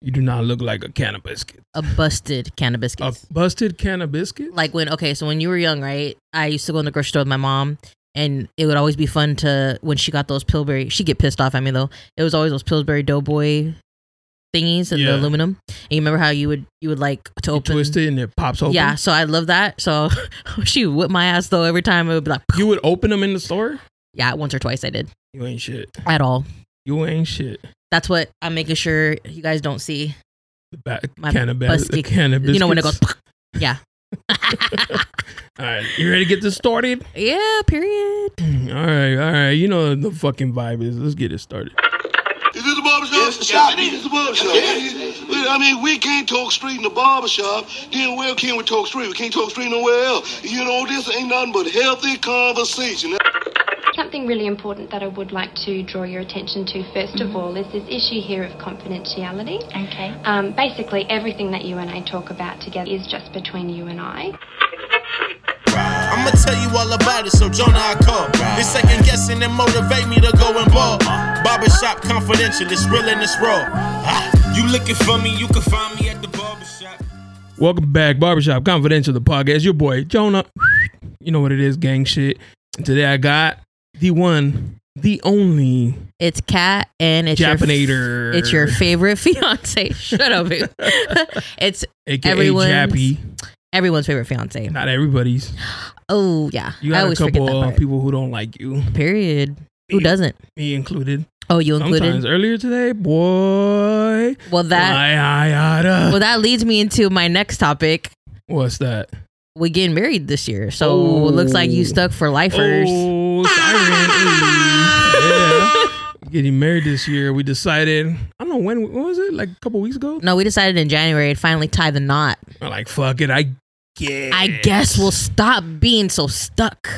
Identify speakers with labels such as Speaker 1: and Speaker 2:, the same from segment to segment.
Speaker 1: You do not look like a canna biscuit.
Speaker 2: A busted cannabis.
Speaker 1: A busted canna biscuit?
Speaker 2: like when okay so when you were young right i used to go in the grocery store with my mom and it would always be fun to when she got those pillsbury she get pissed off at me though it was always those pillsbury doughboy thingies and
Speaker 1: Yeah.
Speaker 2: the aluminum and you remember how you would you would like to
Speaker 1: you
Speaker 2: open
Speaker 1: twist it and it pops open.
Speaker 2: yeah so i love that so she would whip my ass though every time it would be like
Speaker 1: You would open them in the store?
Speaker 2: yeah once or twice i did
Speaker 1: You ain't shit.
Speaker 2: at all
Speaker 1: You ain't shit.
Speaker 2: that's what i'm making sure you guys don't see
Speaker 1: The back
Speaker 2: My
Speaker 1: cannabis. The
Speaker 2: busted-
Speaker 1: cannabis.
Speaker 2: you know when it goes yeah
Speaker 1: All right, you ready to get this started?
Speaker 2: yeah period
Speaker 1: all right, all right. You know the fucking vibe is. Let's get it started.
Speaker 3: Is this a barbershop? Yes, shop. It is a barbershop. Well, I mean, we can't talk street in the barbershop. Then where can we talk street? We can't talk street nowhere else. You know, this ain't nothing but healthy conversation.
Speaker 4: Something really important that I would like to draw your attention to 1st of all is this issue here of confidentiality.
Speaker 5: Okay.
Speaker 4: Um, basically, everything that you and I talk about together is just between you and I.
Speaker 6: I'ma tell you all about it, so Jonah I call. This second guessing and motivate me to go and ball. Barbershop confidential, it's real and it's raw. Ah, You looking for me, you can find me at the barbershop.
Speaker 1: Welcome back, Barbershop Confidential, the podcast. Your boy Jonah. You know what it is, gang shit. Today I got the one, the only.
Speaker 2: It's Kat and it's Your,
Speaker 1: Japinator.
Speaker 2: it's your favorite fiance. Shut up. babe. it's
Speaker 1: AKA
Speaker 2: Everyone's-
Speaker 1: Jappy,
Speaker 2: everyone's favorite fiance.
Speaker 1: not everybody's.
Speaker 2: Oh yeah.
Speaker 1: You
Speaker 2: I
Speaker 1: got a
Speaker 2: always forget
Speaker 1: couple
Speaker 2: that
Speaker 1: of
Speaker 2: part.
Speaker 1: people who don't like you,
Speaker 2: Period. Who
Speaker 1: Yeah.
Speaker 2: doesn't?
Speaker 1: me included.
Speaker 2: Oh, you included.
Speaker 1: Sometimes earlier today, boy,
Speaker 2: Well that
Speaker 1: I, I, oughta-
Speaker 2: well that leads me into my next topic.
Speaker 1: what's that?
Speaker 2: We're getting married this year, so it looks like you
Speaker 1: Oh.
Speaker 2: stuck for lifers.
Speaker 1: Oh, siren. E. yeah. Getting married this year. We decided, I don't know when, when was it? Like a couple weeks ago?
Speaker 2: No, we decided in January to finally tie the knot.
Speaker 1: I'm like, fuck it. I guess.
Speaker 2: I guess we'll stop being so stuck,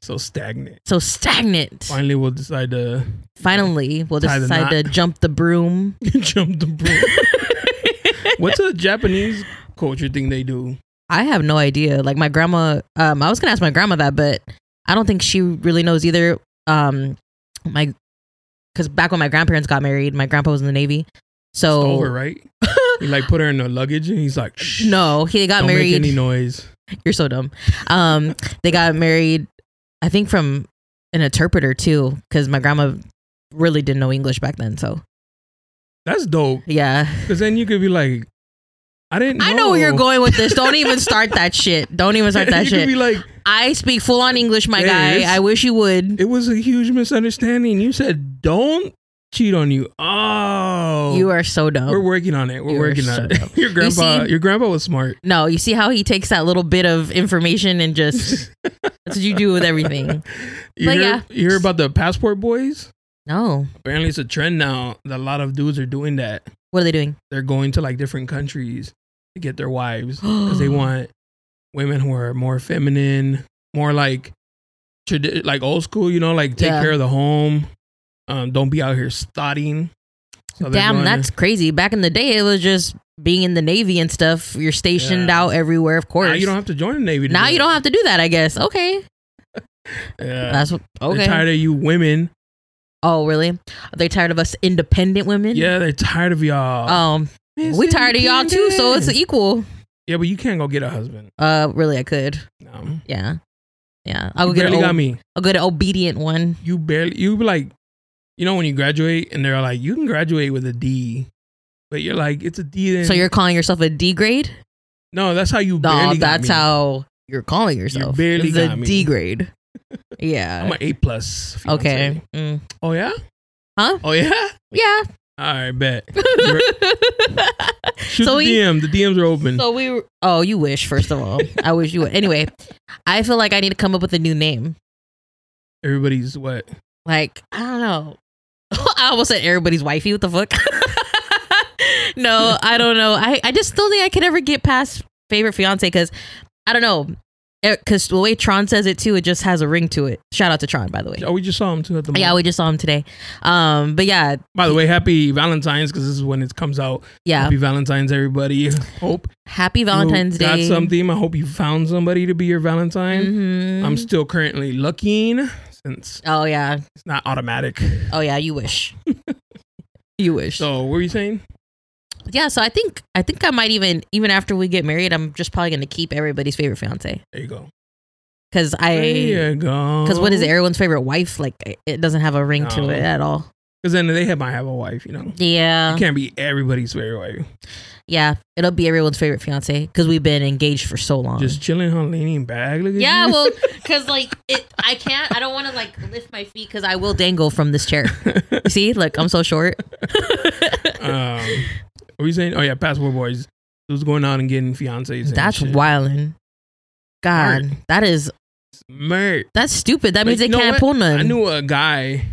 Speaker 1: so stagnant.
Speaker 2: so stagnant.
Speaker 1: Finally, we'll decide to
Speaker 2: Finally, we'll
Speaker 1: Tie the
Speaker 2: decide to
Speaker 1: knot.
Speaker 2: jump the broom.
Speaker 1: jump the broom. What's a Japanese culture thing they do?
Speaker 2: I have no idea. Like my grandma, um, I was gonna ask my grandma that, but I don't think she really knows either. Um, my, because back when my grandparents got married, my grandpa was in the Navy, so
Speaker 1: Stole her, right? he like put her in the luggage and he's like, Shh,
Speaker 2: no, he got
Speaker 1: don't
Speaker 2: married.
Speaker 1: make any noise.
Speaker 2: You're so dumb. Um, they got married, I think from an interpreter too, because my grandma really didn't know English back then. So
Speaker 1: That's dope.
Speaker 2: yeah,
Speaker 1: Because then you could be like, I didn't know.
Speaker 2: I know where you're going with this. Don't even start that shit. Don't even start that
Speaker 1: you
Speaker 2: shit.
Speaker 1: could be like,
Speaker 2: I speak full on English, my
Speaker 1: Yeah, it's-
Speaker 2: guy. I wish you would.
Speaker 1: it was a huge misunderstanding. You said don't cheat on you. Oh,
Speaker 2: you are so dumb.
Speaker 1: We're working on it. We're
Speaker 2: You are
Speaker 1: working on
Speaker 2: so dumb.
Speaker 1: it. your grandpa,
Speaker 2: see-
Speaker 1: your grandpa was smart.
Speaker 2: No, you see how he takes that little bit of information and just that's what you do with everything.
Speaker 1: You
Speaker 2: But
Speaker 1: hear,
Speaker 2: yeah.
Speaker 1: you hear about the passport boys?
Speaker 2: No,
Speaker 1: Apparently, it's a trend now that a lot of dudes are doing that.
Speaker 2: what are they doing?
Speaker 1: They're going to like different countries to get their wives because they want women who are more feminine, more like tradi- like old school. You know, like take
Speaker 2: Yeah.
Speaker 1: care of the home. Um, don't be out here stotting. So Oh, they're
Speaker 2: Damn,
Speaker 1: going to-
Speaker 2: that's crazy. Back in the day, it was just being in the navy and stuff. You're stationed
Speaker 1: Yeah.
Speaker 2: out everywhere, of course.
Speaker 1: now you don't have to join the navy. to
Speaker 2: Now
Speaker 1: do
Speaker 2: you
Speaker 1: that.
Speaker 2: don't have to do that. I guess. Okay,
Speaker 1: Yeah.
Speaker 2: that's what,
Speaker 1: They're tired
Speaker 2: okay.
Speaker 1: of you women.
Speaker 2: Oh, really? Are they tired of us independent women?
Speaker 1: Yeah, they're tired of y'all.
Speaker 2: Um, we tired of y'all too, so it's e equal.
Speaker 1: yeah, but you can't go get a husband.
Speaker 2: Uh, really, I could.
Speaker 1: No.
Speaker 2: Yeah, yeah.
Speaker 1: You
Speaker 2: I'll get an
Speaker 1: barely got
Speaker 2: ob-
Speaker 1: me.
Speaker 2: I'll get an obedient one.
Speaker 1: You barely. You be like, you know, when you graduate, and they're like, you can graduate with a D, but you're like, it's a D. Then.
Speaker 2: So you're calling yourself a D grade?
Speaker 1: no. That's how you.
Speaker 2: No,
Speaker 1: barely got
Speaker 2: that's
Speaker 1: me.
Speaker 2: how you're calling yourself.
Speaker 1: barely
Speaker 2: the
Speaker 1: got me.
Speaker 2: D grade.
Speaker 1: I'm
Speaker 2: Yeah.
Speaker 1: an A plus. fiance.
Speaker 2: Okay. Mm.
Speaker 1: Oh yeah.
Speaker 2: Huh?
Speaker 1: Oh yeah.
Speaker 2: Yeah.
Speaker 1: All right, bet. Shoot
Speaker 2: So
Speaker 1: the
Speaker 2: we-
Speaker 1: DM. The DMs are open.
Speaker 2: so we. Were, oh, you wish. First of all, I wish you would. Anyway, I feel like I need to come up with a new name.
Speaker 1: Everybody's what?
Speaker 2: Like I don't know. I almost said everybody's wifey. What the fuck? no, I don't know. I I just don't think I could ever get past favorite fiance because I don't know. Because the way Tron says it too, it just has a ring to it. Shout out to Tron, by the way.
Speaker 1: Oh, we just saw him too at the.
Speaker 2: Yeah,
Speaker 1: mall.
Speaker 2: we just saw him today. Um, but yeah,
Speaker 1: By the way, happy Valentine's because this is when it comes out.
Speaker 2: yeah.
Speaker 1: Happy Valentine's, everybody. Hope
Speaker 2: Happy
Speaker 1: you
Speaker 2: Valentine's
Speaker 1: got
Speaker 2: Day.
Speaker 1: something. I hope you found somebody to be your Valentine.
Speaker 2: Mhm.
Speaker 1: I'm still currently looking since
Speaker 2: oh yeah.
Speaker 1: it's not automatic.
Speaker 2: Oh yeah. You wish. you wish.
Speaker 1: So, what were you saying?
Speaker 2: yeah, so I think I think I might even even after we get married, I'm just probably gonna keep everybody's favorite fiance
Speaker 1: There you go.
Speaker 2: because
Speaker 1: There
Speaker 2: I
Speaker 1: you go.
Speaker 2: because what is it, everyone's favorite wife? Like it- it doesn't have a ring to
Speaker 1: oh. No.
Speaker 2: it at all.
Speaker 1: Because then they have, might have a wife, you know.
Speaker 2: Yeah,
Speaker 1: You can't be everybody's favorite wife.
Speaker 2: yeah, it'll be everyone's favorite fiance because we've been engaged for so long.
Speaker 1: Just chilling, huh? Leaning back. Look at
Speaker 2: yeah,
Speaker 1: you.
Speaker 2: well, because like it, I can't. I don't want to like lift my feet because I will dangle from this chair. You See, look, I'm so short.
Speaker 1: um, what are you saying? Oh yeah, passport boys. Who's going out and getting fiancés? and
Speaker 2: That's
Speaker 1: shit.
Speaker 2: wildin'. God, that is
Speaker 1: Mert.
Speaker 2: that's stupid. That
Speaker 1: Like,
Speaker 2: means
Speaker 1: you
Speaker 2: they
Speaker 1: know
Speaker 2: can't
Speaker 1: what?
Speaker 2: pull none.
Speaker 1: I knew a guy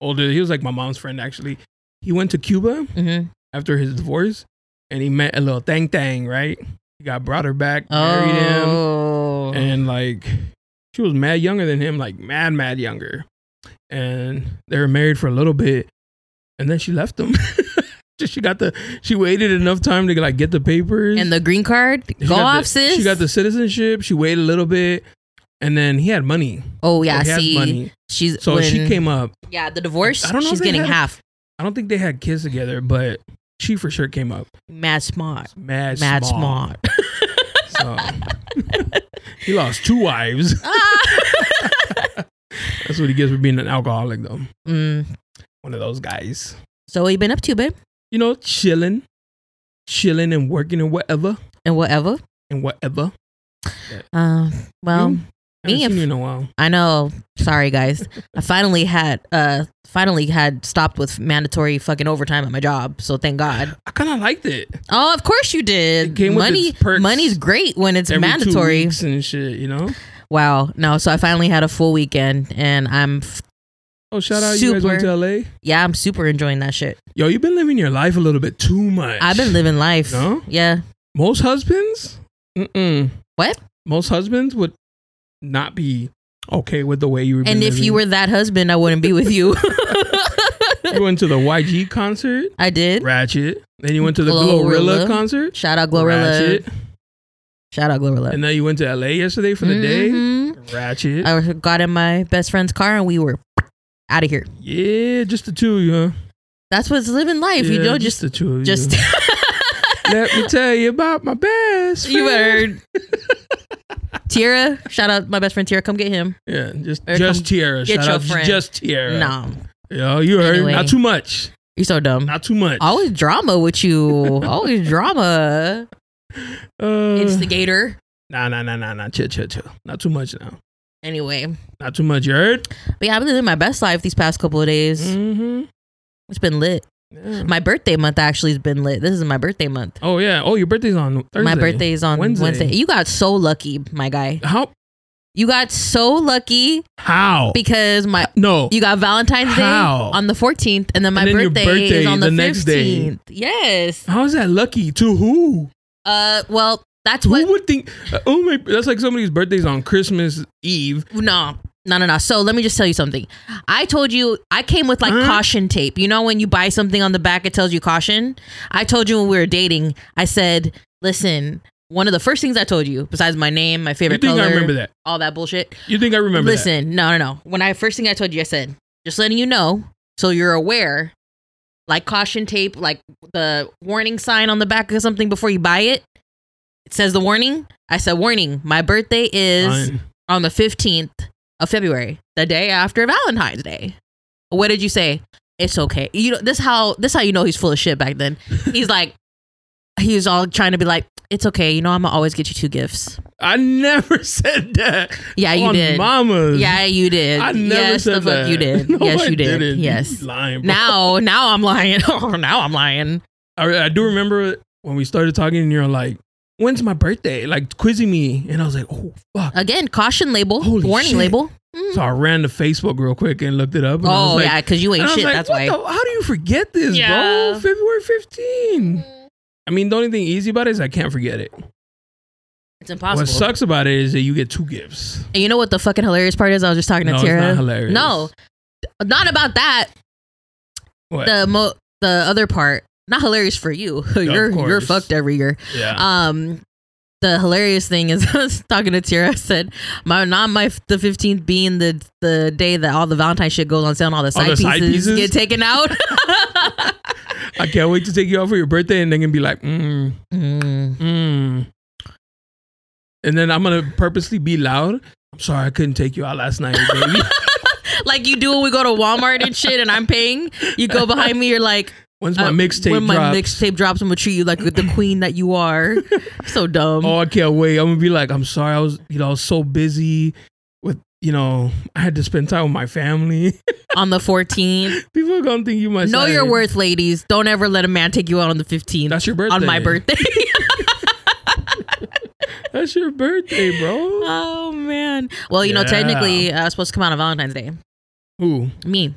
Speaker 1: older. He was like my mom's friend actually. He went to Cuba
Speaker 2: hmm
Speaker 1: after his divorce, and he met a little thang thang. Right, he got brought her back, married him,
Speaker 2: Oh,
Speaker 1: and like she was mad younger than him, like mad mad younger. And they were married for a little bit, and then she left him. Just she got the she waited enough time to like get the papers
Speaker 2: And the green card.
Speaker 1: She
Speaker 2: Go
Speaker 1: got
Speaker 2: off,
Speaker 1: the,
Speaker 2: sis.
Speaker 1: She got the citizenship. She waited a little bit, and then he had money.
Speaker 2: Oh yeah,
Speaker 1: Or he has
Speaker 2: see,
Speaker 1: money.
Speaker 2: she's
Speaker 1: So she
Speaker 2: when-
Speaker 1: came up.
Speaker 2: Yeah, the divorce.
Speaker 1: I don't know
Speaker 2: she's
Speaker 1: if they
Speaker 2: getting
Speaker 1: had-
Speaker 2: half.
Speaker 1: I don't think they had kids together, but she for sure came up.
Speaker 2: Mad smart.
Speaker 1: Mad,
Speaker 2: Mad
Speaker 1: small.
Speaker 2: smart.
Speaker 1: So he lost two wives. That's what he gets for being an alcoholic, though.
Speaker 2: Mm.
Speaker 1: One of those guys.
Speaker 2: So what you been up to, babe?
Speaker 1: You know, chilling, chilling and working and whatever
Speaker 2: And whatever.
Speaker 1: and whatever.
Speaker 2: Um. well,
Speaker 1: You? I haven't
Speaker 2: me, if-
Speaker 1: seen you in a while.
Speaker 2: I know. Sorry, guys. I finally had uh finally had stopped with mandatory fucking overtime at my job. So thank God.
Speaker 1: I kind of liked it.
Speaker 2: Oh, of course you did.
Speaker 1: It came with
Speaker 2: Money,
Speaker 1: its perks.
Speaker 2: money's great when it's
Speaker 1: Every two
Speaker 2: mandatory.
Speaker 1: weeks and shit. You know.
Speaker 2: Wow. No. So I finally had a full weekend, and I'm f-
Speaker 1: Oh, shout out! You guys went
Speaker 2: Super.
Speaker 1: to LA.
Speaker 2: yeah, I'm super enjoying that shit.
Speaker 1: Yo, you've been living your life a little bit too much.
Speaker 2: I've been living life.
Speaker 1: No?
Speaker 2: Yeah.
Speaker 1: Most husbands, mm-mm.
Speaker 2: What?
Speaker 1: Most husbands would not be okay with the way you were.
Speaker 2: And if you were that husband, I wouldn't be with you.
Speaker 1: you went to the YG concert,
Speaker 2: I did.
Speaker 1: Ratchet. Then you went to the
Speaker 2: Glorilla.
Speaker 1: Glorilla concert,
Speaker 2: Shout out Glorilla.
Speaker 1: Ratchet.
Speaker 2: Shout out Glorilla.
Speaker 1: And then you went to LA yesterday for the
Speaker 2: Mhm.
Speaker 1: day, Ratchet.
Speaker 2: I got in my best friend's car and we were out of here.
Speaker 1: yeah, just the two of you, huh?
Speaker 2: That's what's living life. you
Speaker 1: Yeah,
Speaker 2: know, just
Speaker 1: the two of you.
Speaker 2: just
Speaker 1: let me tell you about my best.
Speaker 2: you
Speaker 1: friend.
Speaker 2: better. Tierra, shout out my best friend Tierra. Come get him.
Speaker 1: Yeah, just
Speaker 2: Or
Speaker 1: just
Speaker 2: come
Speaker 1: Tierra.
Speaker 2: get
Speaker 1: Shout
Speaker 2: your
Speaker 1: out
Speaker 2: friend.
Speaker 1: just Tierra.
Speaker 2: Nah,
Speaker 1: Yo, you heard
Speaker 2: Anyway.
Speaker 1: not too much.
Speaker 2: you're so dumb.
Speaker 1: Not too much.
Speaker 2: Always drama with you. Always drama.
Speaker 1: Uh,
Speaker 2: Instigator.
Speaker 1: Nah, nah, nah, nah, nah. Chill, chill, chill. Not too much now.
Speaker 2: Anyway,
Speaker 1: Not too much. You heard?
Speaker 2: but yeah, I've been living my best life these past couple of days.
Speaker 1: Mm-hmm.
Speaker 2: It's been lit.
Speaker 1: Yeah.
Speaker 2: My birthday month actually has been lit. This is my birthday month.
Speaker 1: Oh yeah. Oh, your birthday's on Thursday.
Speaker 2: My birthday is on
Speaker 1: Wednesday.
Speaker 2: Wednesday. You got so lucky, my guy.
Speaker 1: How?
Speaker 2: You got so lucky
Speaker 1: How?
Speaker 2: because my
Speaker 1: no.
Speaker 2: you got Valentine's Day
Speaker 1: How?
Speaker 2: on the 14th, and then my
Speaker 1: And then your
Speaker 2: birthday,
Speaker 1: birthday
Speaker 2: is on the,
Speaker 1: the
Speaker 2: 15th.
Speaker 1: next day.
Speaker 2: Yes.
Speaker 1: How is that lucky? To who?
Speaker 2: Uh. Well, that's
Speaker 1: Who
Speaker 2: what.
Speaker 1: would think? Uh, oh my! That's like somebody's birthday's on Christmas Eve.
Speaker 2: No. No, no, no. So let me just tell you something. I told you I came with like
Speaker 1: Huh?
Speaker 2: caution tape. You know when you buy something on the back, it tells you caution. I told you when we were dating. I said, listen. One of the first things I told you, besides my name, my
Speaker 1: You
Speaker 2: favorite
Speaker 1: think
Speaker 2: color,
Speaker 1: I remember that?
Speaker 2: all that bullshit.
Speaker 1: You think I remember that?
Speaker 2: Listen, no, no, no. When I first thing I told you, I said, just letting you know, so you're aware, like caution tape, like the warning sign on the back of something before you buy it. It says the warning. I said, warning, my birthday is
Speaker 1: Fine.
Speaker 2: on the 15th of February, the day after Valentine's Day. What did you say? It's okay. You know this how this how you know he's full of shit back then. He's like he's all trying to be like, it's okay, you know I'm gonna always get you two gifts.
Speaker 1: I never said that.
Speaker 2: Yeah, you
Speaker 1: on
Speaker 2: did.
Speaker 1: Mama's.
Speaker 2: Yeah, you did.
Speaker 1: Mm-hmm. I never
Speaker 2: yes,
Speaker 1: said
Speaker 2: the fuck
Speaker 1: that.
Speaker 2: you did.
Speaker 1: No,
Speaker 2: yes,
Speaker 1: I
Speaker 2: you did.
Speaker 1: didn't.
Speaker 2: Yes.
Speaker 1: You lying. bro.
Speaker 2: Now, now I'm lying. Oh, now I'm lying.
Speaker 1: I, I do remember when we started talking, and you're like, "When's my birthday?" Like quizzing me, and I was like, "Oh fuck!"
Speaker 2: Again, caution label,
Speaker 1: Holy
Speaker 2: warning
Speaker 1: shit.
Speaker 2: label. Mm.
Speaker 1: So I ran to Facebook real quick and looked it up. And I
Speaker 2: Oh
Speaker 1: was like,
Speaker 2: yeah, because you
Speaker 1: and
Speaker 2: ain't
Speaker 1: I was
Speaker 2: shit.
Speaker 1: like,
Speaker 2: that's
Speaker 1: what
Speaker 2: why.
Speaker 1: the- how do you forget this,
Speaker 2: Yeah.
Speaker 1: bro? February 15. I mean, the only thing easy about it is I can't forget it.
Speaker 2: it's impossible.
Speaker 1: What sucks about it is that you get two gifts.
Speaker 2: And you know what the fucking hilarious part is? I was just talking to
Speaker 1: No, it's
Speaker 2: Tara.
Speaker 1: not hilarious.
Speaker 2: No, not about that.
Speaker 1: What?
Speaker 2: The mo- the other part, not hilarious for you. you're you're
Speaker 1: course.
Speaker 2: fucked every year.
Speaker 1: yeah.
Speaker 2: Um, the hilarious thing is I was talking to Tira. I said, "My not my the fifteenth being the the day that all the Valentine shit goes on sale and all the side,
Speaker 1: the
Speaker 2: pieces,
Speaker 1: side pieces?
Speaker 2: get taken out."
Speaker 1: I can't wait to take you out for your birthday and then gonna be like, mm,
Speaker 2: Mm.
Speaker 1: mm. And then I'm gonna purposely be loud. I'm sorry I couldn't take you out last night, baby.
Speaker 2: Like you do when we go to Walmart and shit, and I'm paying. You go behind me. You're like,
Speaker 1: When's my
Speaker 2: uh,
Speaker 1: mixtape
Speaker 2: When my
Speaker 1: drops?
Speaker 2: mixtape drops, I'm gonna treat you like the queen that you are. so dumb.
Speaker 1: oh, I can't wait. I'm gonna be like, I'm sorry, I was, you know, I was so busy with, you know, I had to spend time with my family.
Speaker 2: On the 14th,
Speaker 1: People are gonna think you my
Speaker 2: know
Speaker 1: side.
Speaker 2: your worth, ladies. Don't ever let a man take you out on the 15th.
Speaker 1: That's your birthday.
Speaker 2: On my birthday.
Speaker 1: That's your birthday, bro.
Speaker 2: oh man. Well, you know,
Speaker 1: Yeah.
Speaker 2: technically, I was supposed to come out on Valentine's Day.
Speaker 1: Who?
Speaker 2: Me,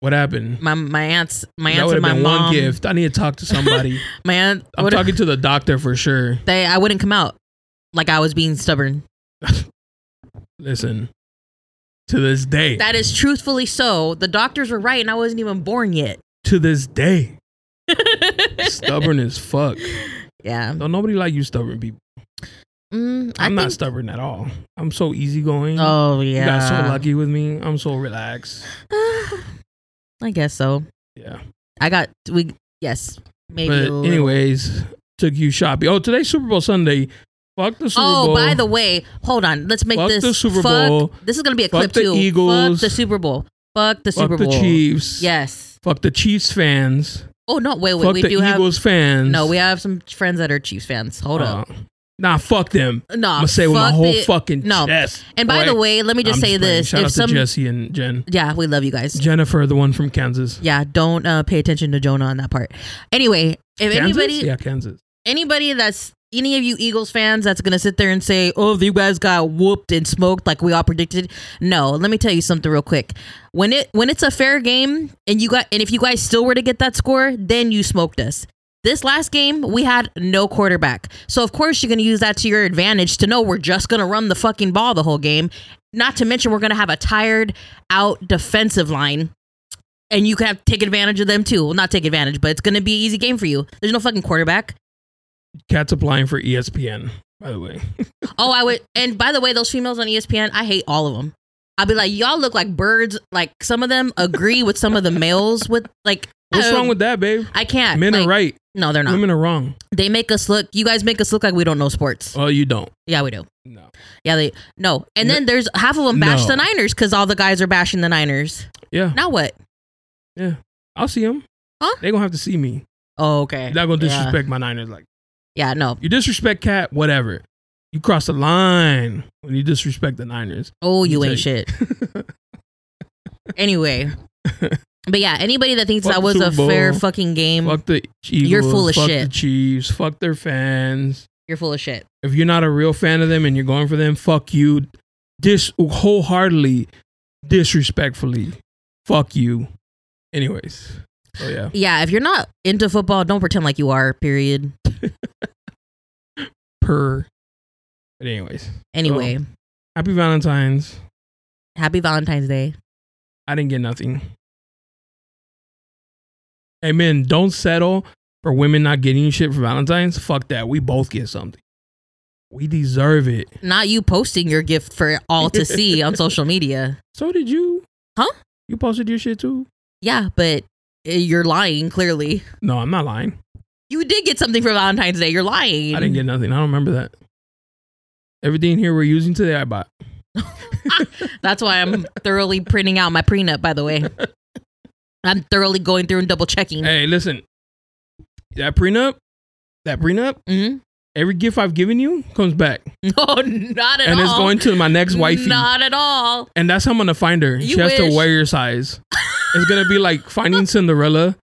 Speaker 1: What happened?
Speaker 2: my my aunts, my
Speaker 1: that
Speaker 2: aunts
Speaker 1: would
Speaker 2: and
Speaker 1: have
Speaker 2: my
Speaker 1: been
Speaker 2: mom.
Speaker 1: one gift. I need to talk to somebody.
Speaker 2: My aunt.
Speaker 1: I'm
Speaker 2: what-
Speaker 1: talking to the doctor for sure.
Speaker 2: they. I wouldn't come out. Like I was being stubborn.
Speaker 1: Listen, to this day,
Speaker 2: That is truthfully so. The doctors were right, and I wasn't even born yet.
Speaker 1: to this day, stubborn as fuck.
Speaker 2: Yeah.
Speaker 1: Don't nobody like you stubborn people.
Speaker 2: Mm, I
Speaker 1: I'm not
Speaker 2: think-
Speaker 1: stubborn at all. I'm so easygoing.
Speaker 2: Oh yeah.
Speaker 1: You got so lucky with me. I'm so relaxed.
Speaker 2: I guess so.
Speaker 1: Yeah.
Speaker 2: I got we yes. Maybe a little-
Speaker 1: But anyways, took you shopping. Oh, today's Super Bowl Sunday. Fuck the Super
Speaker 2: oh,
Speaker 1: Bowl.
Speaker 2: by the way, hold on. Let's make
Speaker 1: Fuck
Speaker 2: this
Speaker 1: the Super
Speaker 2: fuck-
Speaker 1: Bowl.
Speaker 2: This is gonna be a
Speaker 1: Fuck
Speaker 2: clip
Speaker 1: the
Speaker 2: too.
Speaker 1: Eagles.
Speaker 2: Fuck the Super Bowl. Fuck the
Speaker 1: fuck
Speaker 2: Super
Speaker 1: the
Speaker 2: Bowl.
Speaker 1: Chiefs.
Speaker 2: Yes.
Speaker 1: Fuck the Chiefs fans.
Speaker 2: Oh no! Wait, wait.
Speaker 1: fuck
Speaker 2: we
Speaker 1: the
Speaker 2: do
Speaker 1: Eagles
Speaker 2: have
Speaker 1: fans.
Speaker 2: no. We have some friends that are Chiefs fans. Hold up.
Speaker 1: Uh, Nah, fuck them.
Speaker 2: No.
Speaker 1: I'm gonna say with my whole fucking
Speaker 2: no.
Speaker 1: chest.
Speaker 2: And by
Speaker 1: boy.
Speaker 2: the way, let me just
Speaker 1: I'm
Speaker 2: say
Speaker 1: playing.
Speaker 2: this:
Speaker 1: Shout
Speaker 2: if
Speaker 1: out
Speaker 2: some,
Speaker 1: to Jesse and Jen.
Speaker 2: yeah, we love you guys.
Speaker 1: Jennifer, the one from Kansas.
Speaker 2: Yeah, don't uh, pay attention to Jonah on that part. Anyway, if
Speaker 1: Kansas?
Speaker 2: anybody,
Speaker 1: Yeah, Kansas.
Speaker 2: anybody that's any of you Eagles fans that's gonna sit there and say, "Oh, you guys got whooped and smoked like we all predicted," no. Let me tell you something real quick. When it when it's a fair game and you got and if you guys still were to get that score, then you smoked us. This last game, we had no quarterback. So of course you're gonna use that to your advantage to know we're just gonna run the fucking ball the whole game. Not to mention we're gonna have a tired out defensive line and you can have take advantage of them too. Well, not take advantage, but it's gonna be an easy game for you. There's no fucking quarterback.
Speaker 1: Cat's applying for E ESPN, by the way.
Speaker 2: Oh, I would. And by the way, those females on E ESPN, I hate all of them. I'd be like, y'all look like birds. Like some of them agree with some of the males. With like,
Speaker 1: What's
Speaker 2: I-
Speaker 1: wrong with that, babe?
Speaker 2: I can't.
Speaker 1: Men
Speaker 2: Oh. Uh, Like,
Speaker 1: are right.
Speaker 2: No, they're not.
Speaker 1: Women are wrong.
Speaker 2: They make us look. You guys make us look like we don't know sports.
Speaker 1: Oh, you don't.
Speaker 2: Yeah, we do.
Speaker 1: No.
Speaker 2: Yeah, they no. And then there's half of them bash
Speaker 1: No.
Speaker 2: the Niners because all the guys are bashing the Niners.
Speaker 1: Yeah.
Speaker 2: Now what?
Speaker 1: I'll see them.
Speaker 2: Huh?
Speaker 1: They gonna have to see me.
Speaker 2: Oh, okay.
Speaker 1: You're not gonna
Speaker 2: Yeah.
Speaker 1: disrespect my Niners. Like
Speaker 2: Yeah, no.
Speaker 1: you disrespect Cat, whatever. You cross the line when you disrespect the Niners.
Speaker 2: Oh, you
Speaker 1: You
Speaker 2: ain't shit. anyway. But yeah, anybody that thinks
Speaker 1: Fuck
Speaker 2: that
Speaker 1: the
Speaker 2: was a
Speaker 1: Super
Speaker 2: fair
Speaker 1: Bowl.
Speaker 2: fucking game,
Speaker 1: Fuck the Eagles.
Speaker 2: You're full of
Speaker 1: fuck
Speaker 2: shit.
Speaker 1: the Chiefs. Fuck their fans.
Speaker 2: you're full of shit.
Speaker 1: If you're not a real fan of them and you're going for them, fuck you. Dis wholeheartedly, disrespectfully. Fuck you. Anyways. Oh yeah.
Speaker 2: Yeah, if you're not into football, don't pretend like you are. Period.
Speaker 1: Per. But anyways.
Speaker 2: Anyway,
Speaker 1: Oh. Happy Valentine's.
Speaker 2: happy Valentine's Day.
Speaker 1: I didn't get nothing. Hey men, don't settle for women not getting you shit for Valentine's. Fuck that. We both get something. We deserve it.
Speaker 2: Not you posting your gift for all to see on social media.
Speaker 1: So did you.
Speaker 2: Huh?
Speaker 1: You posted your shit too?
Speaker 2: Yeah, but uh, you're lying. Clearly,
Speaker 1: No, I'm not lying.
Speaker 2: you did get something for Valentine's Day. You're lying.
Speaker 1: I didn't get nothing. I don't remember that. Everything here we're using today, I bought.
Speaker 2: That's why I'm thoroughly printing out my prenup. By the way, I'm thoroughly going through and double checking.
Speaker 1: Hey, listen. That prenup, that prenup,
Speaker 2: Mhm.
Speaker 1: every gift I've given you comes back.
Speaker 2: No, not at all.
Speaker 1: and it's going to my next wifey.
Speaker 2: Not at all.
Speaker 1: And that's how I'm gonna find her.
Speaker 2: You
Speaker 1: she has
Speaker 2: wish.
Speaker 1: to wear your size. it's gonna be like finding Cinderella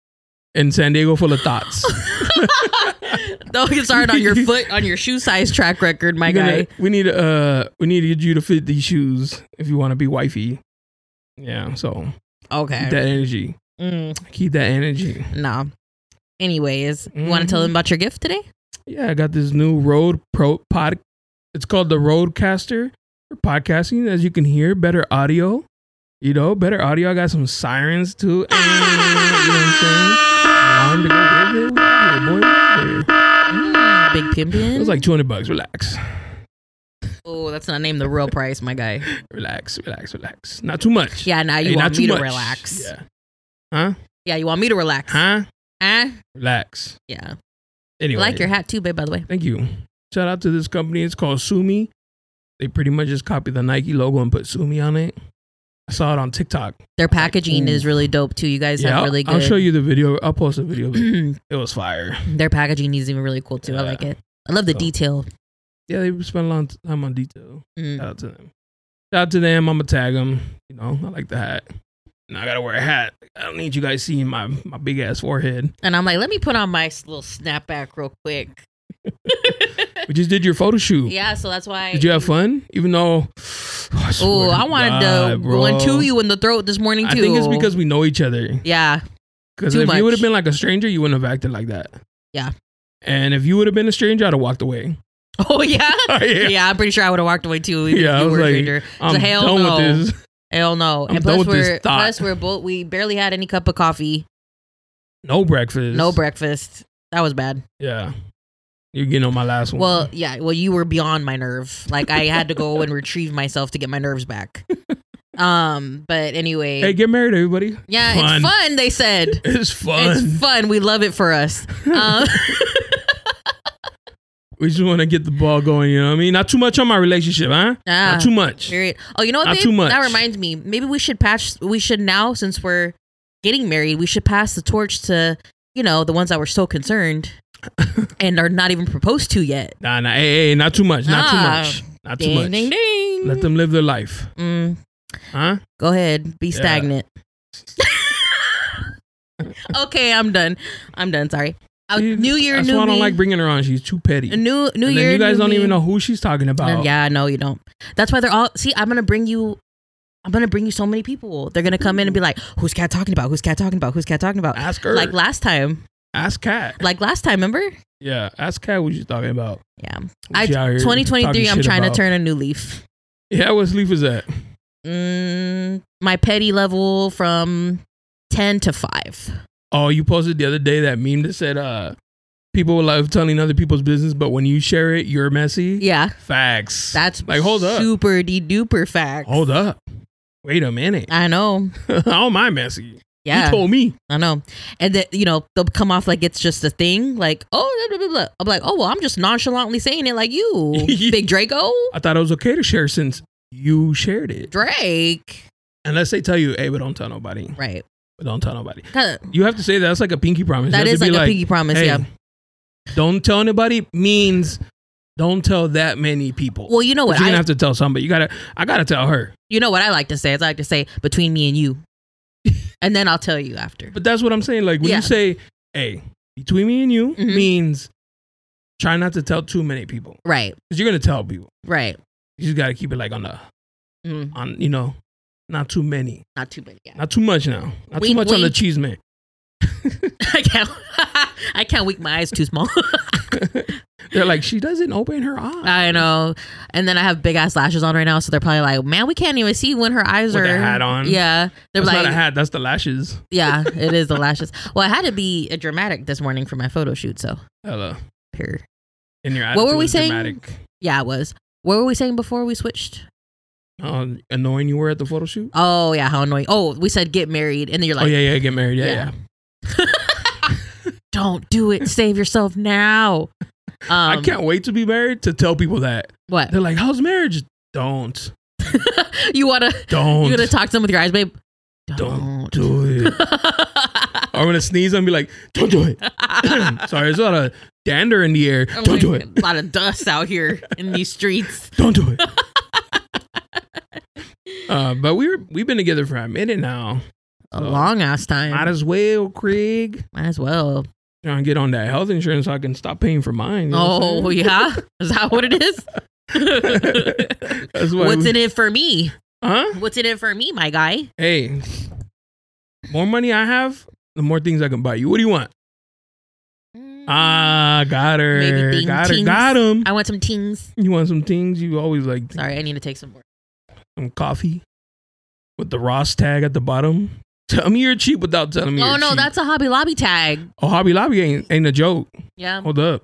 Speaker 1: in San Diego full of thoughts.
Speaker 2: Don't get started on your foot on your shoe size track record, my
Speaker 1: You're gonna-
Speaker 2: guy.
Speaker 1: we need uh we need you to fit these shoes if you wanna be wifey. Yeah, so
Speaker 2: Okay.
Speaker 1: keep that energy.
Speaker 2: Mm,
Speaker 1: Keep that energy.
Speaker 2: nah. Anyways, you want to tell
Speaker 1: Mhm.
Speaker 2: them about your gift today?
Speaker 1: Yeah, I got this new road pro pod it's called the Roadcaster for podcasting. As you can hear, better audio. You know, better audio. I got some sirens too. you know what I'm saying? Alarm to go with it. Yeah, boy, yeah.
Speaker 2: Mm. that big
Speaker 1: It
Speaker 2: pimpin'.
Speaker 1: was like 200 bucks. Relax.
Speaker 2: oh, that's not name the real price, my guy.
Speaker 1: Relax, relax, relax. Not too much.
Speaker 2: Yeah, now you
Speaker 1: Hey,
Speaker 2: want
Speaker 1: not
Speaker 2: me
Speaker 1: too
Speaker 2: to
Speaker 1: much.
Speaker 2: relax. Yeah.
Speaker 1: Yeah. Huh?
Speaker 2: you want me to relax.
Speaker 1: Huh?
Speaker 2: Huh?
Speaker 1: Relax.
Speaker 2: Yeah. I
Speaker 1: Anyway.
Speaker 2: like your hat too, babe, by the way.
Speaker 1: Thank you. Shout out to this company. It's called Sumi. They pretty much just copied the Nike logo and put Sumi on it. I saw it on TikTok.
Speaker 2: Their packaging
Speaker 1: ooh.
Speaker 2: is really dope too. You guys
Speaker 1: yeah,
Speaker 2: have
Speaker 1: I'll-
Speaker 2: really
Speaker 1: I'll
Speaker 2: good
Speaker 1: show you the video. I'll post a video. of it. it was fire.
Speaker 2: Their packaging is even really cool too. I
Speaker 1: Yeah.
Speaker 2: like it. I love the
Speaker 1: So-
Speaker 2: detail.
Speaker 1: Yeah, they spent a long time on detail.
Speaker 2: Mm.
Speaker 1: Shout out to them. Shout out to them. I'm gonna tag them. You know, I like the hat. And I gotta wear a hat. I don't need you guys seeing my my big ass forehead.
Speaker 2: And I'm like, let me put on my s- little snapback real quick.
Speaker 1: We just did your photo shoot.
Speaker 2: Yeah, so that's why.
Speaker 1: Did you have fun? Even though,
Speaker 2: Oh, I wanted to one two you in the throat this morning too.
Speaker 1: I think it's because we know each other.
Speaker 2: yeah,
Speaker 1: Because
Speaker 2: Too
Speaker 1: if
Speaker 2: much.
Speaker 1: you would have been like a stranger, you wouldn't have acted like that.
Speaker 2: Yeah.
Speaker 1: And if you would have been a stranger, I'd have walked away.
Speaker 2: oh yeah. yeah,
Speaker 1: yeah.
Speaker 2: I'm pretty sure I would have walked away too. even
Speaker 1: Yeah,
Speaker 2: if
Speaker 1: I
Speaker 2: you
Speaker 1: was
Speaker 2: were a
Speaker 1: like,
Speaker 2: stranger.
Speaker 1: I'm
Speaker 2: So hell
Speaker 1: done
Speaker 2: no.
Speaker 1: with this.
Speaker 2: Hell no.
Speaker 1: I'm
Speaker 2: and
Speaker 1: done
Speaker 2: plus
Speaker 1: with this
Speaker 2: we're
Speaker 1: thought.
Speaker 2: plus we're both we barely had any cup of coffee,
Speaker 1: No breakfast.
Speaker 2: no breakfast. That was bad.
Speaker 1: Yeah. You're getting on my last one.
Speaker 2: Well, yeah. Well, you were beyond my nerve. Like I had to go and retrieve myself to get my nerves back. Um, but anyway,
Speaker 1: hey, get married, everybody.
Speaker 2: yeah,
Speaker 1: fun.
Speaker 2: it's fun. They said
Speaker 1: It's fun.
Speaker 2: it's fun. We love it for us. Um,
Speaker 1: we just want to get the ball going. You know what I mean? Not too much on my relationship, huh?
Speaker 2: Ah.
Speaker 1: Not too much.
Speaker 2: Period. Oh, you know what?
Speaker 1: Not
Speaker 2: babe?
Speaker 1: too much.
Speaker 2: That reminds me. Maybe we should patch. We should now, since we're getting married, we should pass the torch to you know the ones that were so concerned and are not even proposed to yet.
Speaker 1: Nah, nah. Hey, hey, not too much. Not
Speaker 2: Ah.
Speaker 1: too much. Not too
Speaker 2: Ding,
Speaker 1: much.
Speaker 2: ding, ding.
Speaker 1: Let them live their life,
Speaker 2: Mm,
Speaker 1: huh?
Speaker 2: go ahead. Be stagnant. okay, I'm done. I'm done. Sorry. Uh,
Speaker 1: See,
Speaker 2: new year,
Speaker 1: That's
Speaker 2: new
Speaker 1: why I don't
Speaker 2: me.
Speaker 1: like bringing her on. She's too petty.
Speaker 2: A new new
Speaker 1: and then
Speaker 2: year.
Speaker 1: you guys
Speaker 2: new
Speaker 1: don't
Speaker 2: me.
Speaker 1: even know who she's talking
Speaker 2: No,
Speaker 1: about.
Speaker 2: Yeah, no, you don't. That's why they're all. See, I'm gonna bring you. I'm gonna bring you so many people. They're gonna come in and be like, "Who's cat talking about? Who's cat talking about? Who's cat talking about?"
Speaker 1: Ask her.
Speaker 2: Like last time.
Speaker 1: Ask Cat.
Speaker 2: Like last time, remember?
Speaker 1: Yeah, ask Cat what you talking about.
Speaker 2: Yeah.
Speaker 1: What
Speaker 2: I
Speaker 1: she out here
Speaker 2: 2023.
Speaker 1: talking
Speaker 2: I'm
Speaker 1: shit
Speaker 2: trying
Speaker 1: about.
Speaker 2: to turn a new leaf.
Speaker 1: Yeah, what sleep is that?
Speaker 2: Mm, my petty level from ten to five.
Speaker 1: Oh, you posted the other day that meme that said, "Uh, people love telling other people's business, but when you share it, you're messy."
Speaker 2: Yeah,
Speaker 1: Facts.
Speaker 2: that's
Speaker 1: like hold up,
Speaker 2: super de duper fact.
Speaker 1: hold up. Wait a minute.
Speaker 2: I know.
Speaker 1: How am I messy?
Speaker 2: Yeah.
Speaker 1: You told me.
Speaker 2: I know. And that, you know, they'll come off like it's just a thing. Like, oh, blah, blah, blah, blah. I'm like, oh, well, I'm just nonchalantly saying it like you, Big Draco.
Speaker 1: I thought it was okay to share since you shared it.
Speaker 2: Drake.
Speaker 1: Unless they tell you, "Hey, but don't tell nobody.
Speaker 2: Right.
Speaker 1: But don't tell nobody."
Speaker 2: Kinda-
Speaker 1: You have to say that. that's like a pinky promise. you
Speaker 2: That
Speaker 1: have
Speaker 2: is
Speaker 1: to
Speaker 2: like,
Speaker 1: be
Speaker 2: a pinky promise.
Speaker 1: Hey,
Speaker 2: yeah.
Speaker 1: Don't tell anybody means don't tell that many people.
Speaker 2: Well, you know
Speaker 1: But
Speaker 2: what?
Speaker 1: you're
Speaker 2: I,
Speaker 1: gonna have to tell somebody. You gotta. I gotta tell her.
Speaker 2: you know what I like to say is I like to say between me and you. and then I'll tell you after.
Speaker 1: But that's what I'm saying. Like when
Speaker 2: Yeah.
Speaker 1: you say, "Hey, between me and you,"
Speaker 2: Mhm.
Speaker 1: means try not to tell too many people
Speaker 2: Right.
Speaker 1: because you're gonna tell people.
Speaker 2: Right.
Speaker 1: You just gotta keep it like on the
Speaker 2: Mm,
Speaker 1: on. You know, not too many,
Speaker 2: not too bad. Yeah.
Speaker 1: not too much now, not
Speaker 2: Wink,
Speaker 1: too much on the
Speaker 2: wink.
Speaker 1: cheese man.
Speaker 2: I can't. I can't wink my eyes too small.
Speaker 1: They're like she doesn't open her eyes.
Speaker 2: I know. And then I have big ass lashes on right now, so they're probably like, "Man, we can't even see when her eyes
Speaker 1: With
Speaker 2: are."
Speaker 1: the hat on.
Speaker 2: Yeah, they're
Speaker 1: that's
Speaker 2: like,
Speaker 1: not a hat. That's the lashes.
Speaker 2: "Yeah, it is the lashes." Well, I had to be a dramatic this morning for my photo shoot, so
Speaker 1: Hello.
Speaker 2: here.
Speaker 1: And your
Speaker 2: What were
Speaker 1: attitude
Speaker 2: we
Speaker 1: is
Speaker 2: saying?
Speaker 1: Dramatic.
Speaker 2: Yeah, it was. What were we saying before we switched?
Speaker 1: How Uh, annoying you were at the photo shoot.
Speaker 2: Oh yeah, how annoying. Oh, we said get married, and then you're like,
Speaker 1: oh yeah, yeah, get married. Yeah,
Speaker 2: Yeah.
Speaker 1: yeah.
Speaker 2: "Don't do it. Save yourself now." Um,
Speaker 1: I can't wait to be married to tell people that.
Speaker 2: What
Speaker 1: They're like, "How's marriage?" Don't,
Speaker 2: you wanna?
Speaker 1: don't,
Speaker 2: You gonna talk to them with your eyes, babe?
Speaker 1: don't do it. or I'm gonna sneeze and be like, "Don't do it." Sorry, there's a lot of dander in the air.
Speaker 2: I'm
Speaker 1: Don't do
Speaker 2: like,
Speaker 1: it.
Speaker 2: A lot of dust out here in these streets.
Speaker 1: Don't do it. uh, but we were we've been together for a minute now.
Speaker 2: A
Speaker 1: So,
Speaker 2: long ass time.
Speaker 1: Uh, Might as well, Craig.
Speaker 2: Might as well.
Speaker 1: Trying to get on that health insurance so I can stop paying for mine. you know what I'm
Speaker 2: Oh
Speaker 1: saying?
Speaker 2: yeah, is that what it is?
Speaker 1: That's why
Speaker 2: What's
Speaker 1: we-
Speaker 2: in it for me?
Speaker 1: Huh?
Speaker 2: What's in it for me, my guy?
Speaker 1: Hey, more money I have, the more things I can buy you. What do you want? Ah, got her.
Speaker 2: Maybe thing-
Speaker 1: got her.
Speaker 2: tings.
Speaker 1: Got him.
Speaker 2: I want some tings.
Speaker 1: You want some things? You always like
Speaker 2: Sorry, I need to take some more.
Speaker 1: some coffee with the Ross tag at the bottom. Tell me you're cheap without telling me.
Speaker 2: Oh
Speaker 1: you're
Speaker 2: no,
Speaker 1: cheap.
Speaker 2: that's a Hobby Lobby tag.
Speaker 1: oh Hobby Lobby ain't, ain't a joke.
Speaker 2: Yeah,
Speaker 1: Hold up,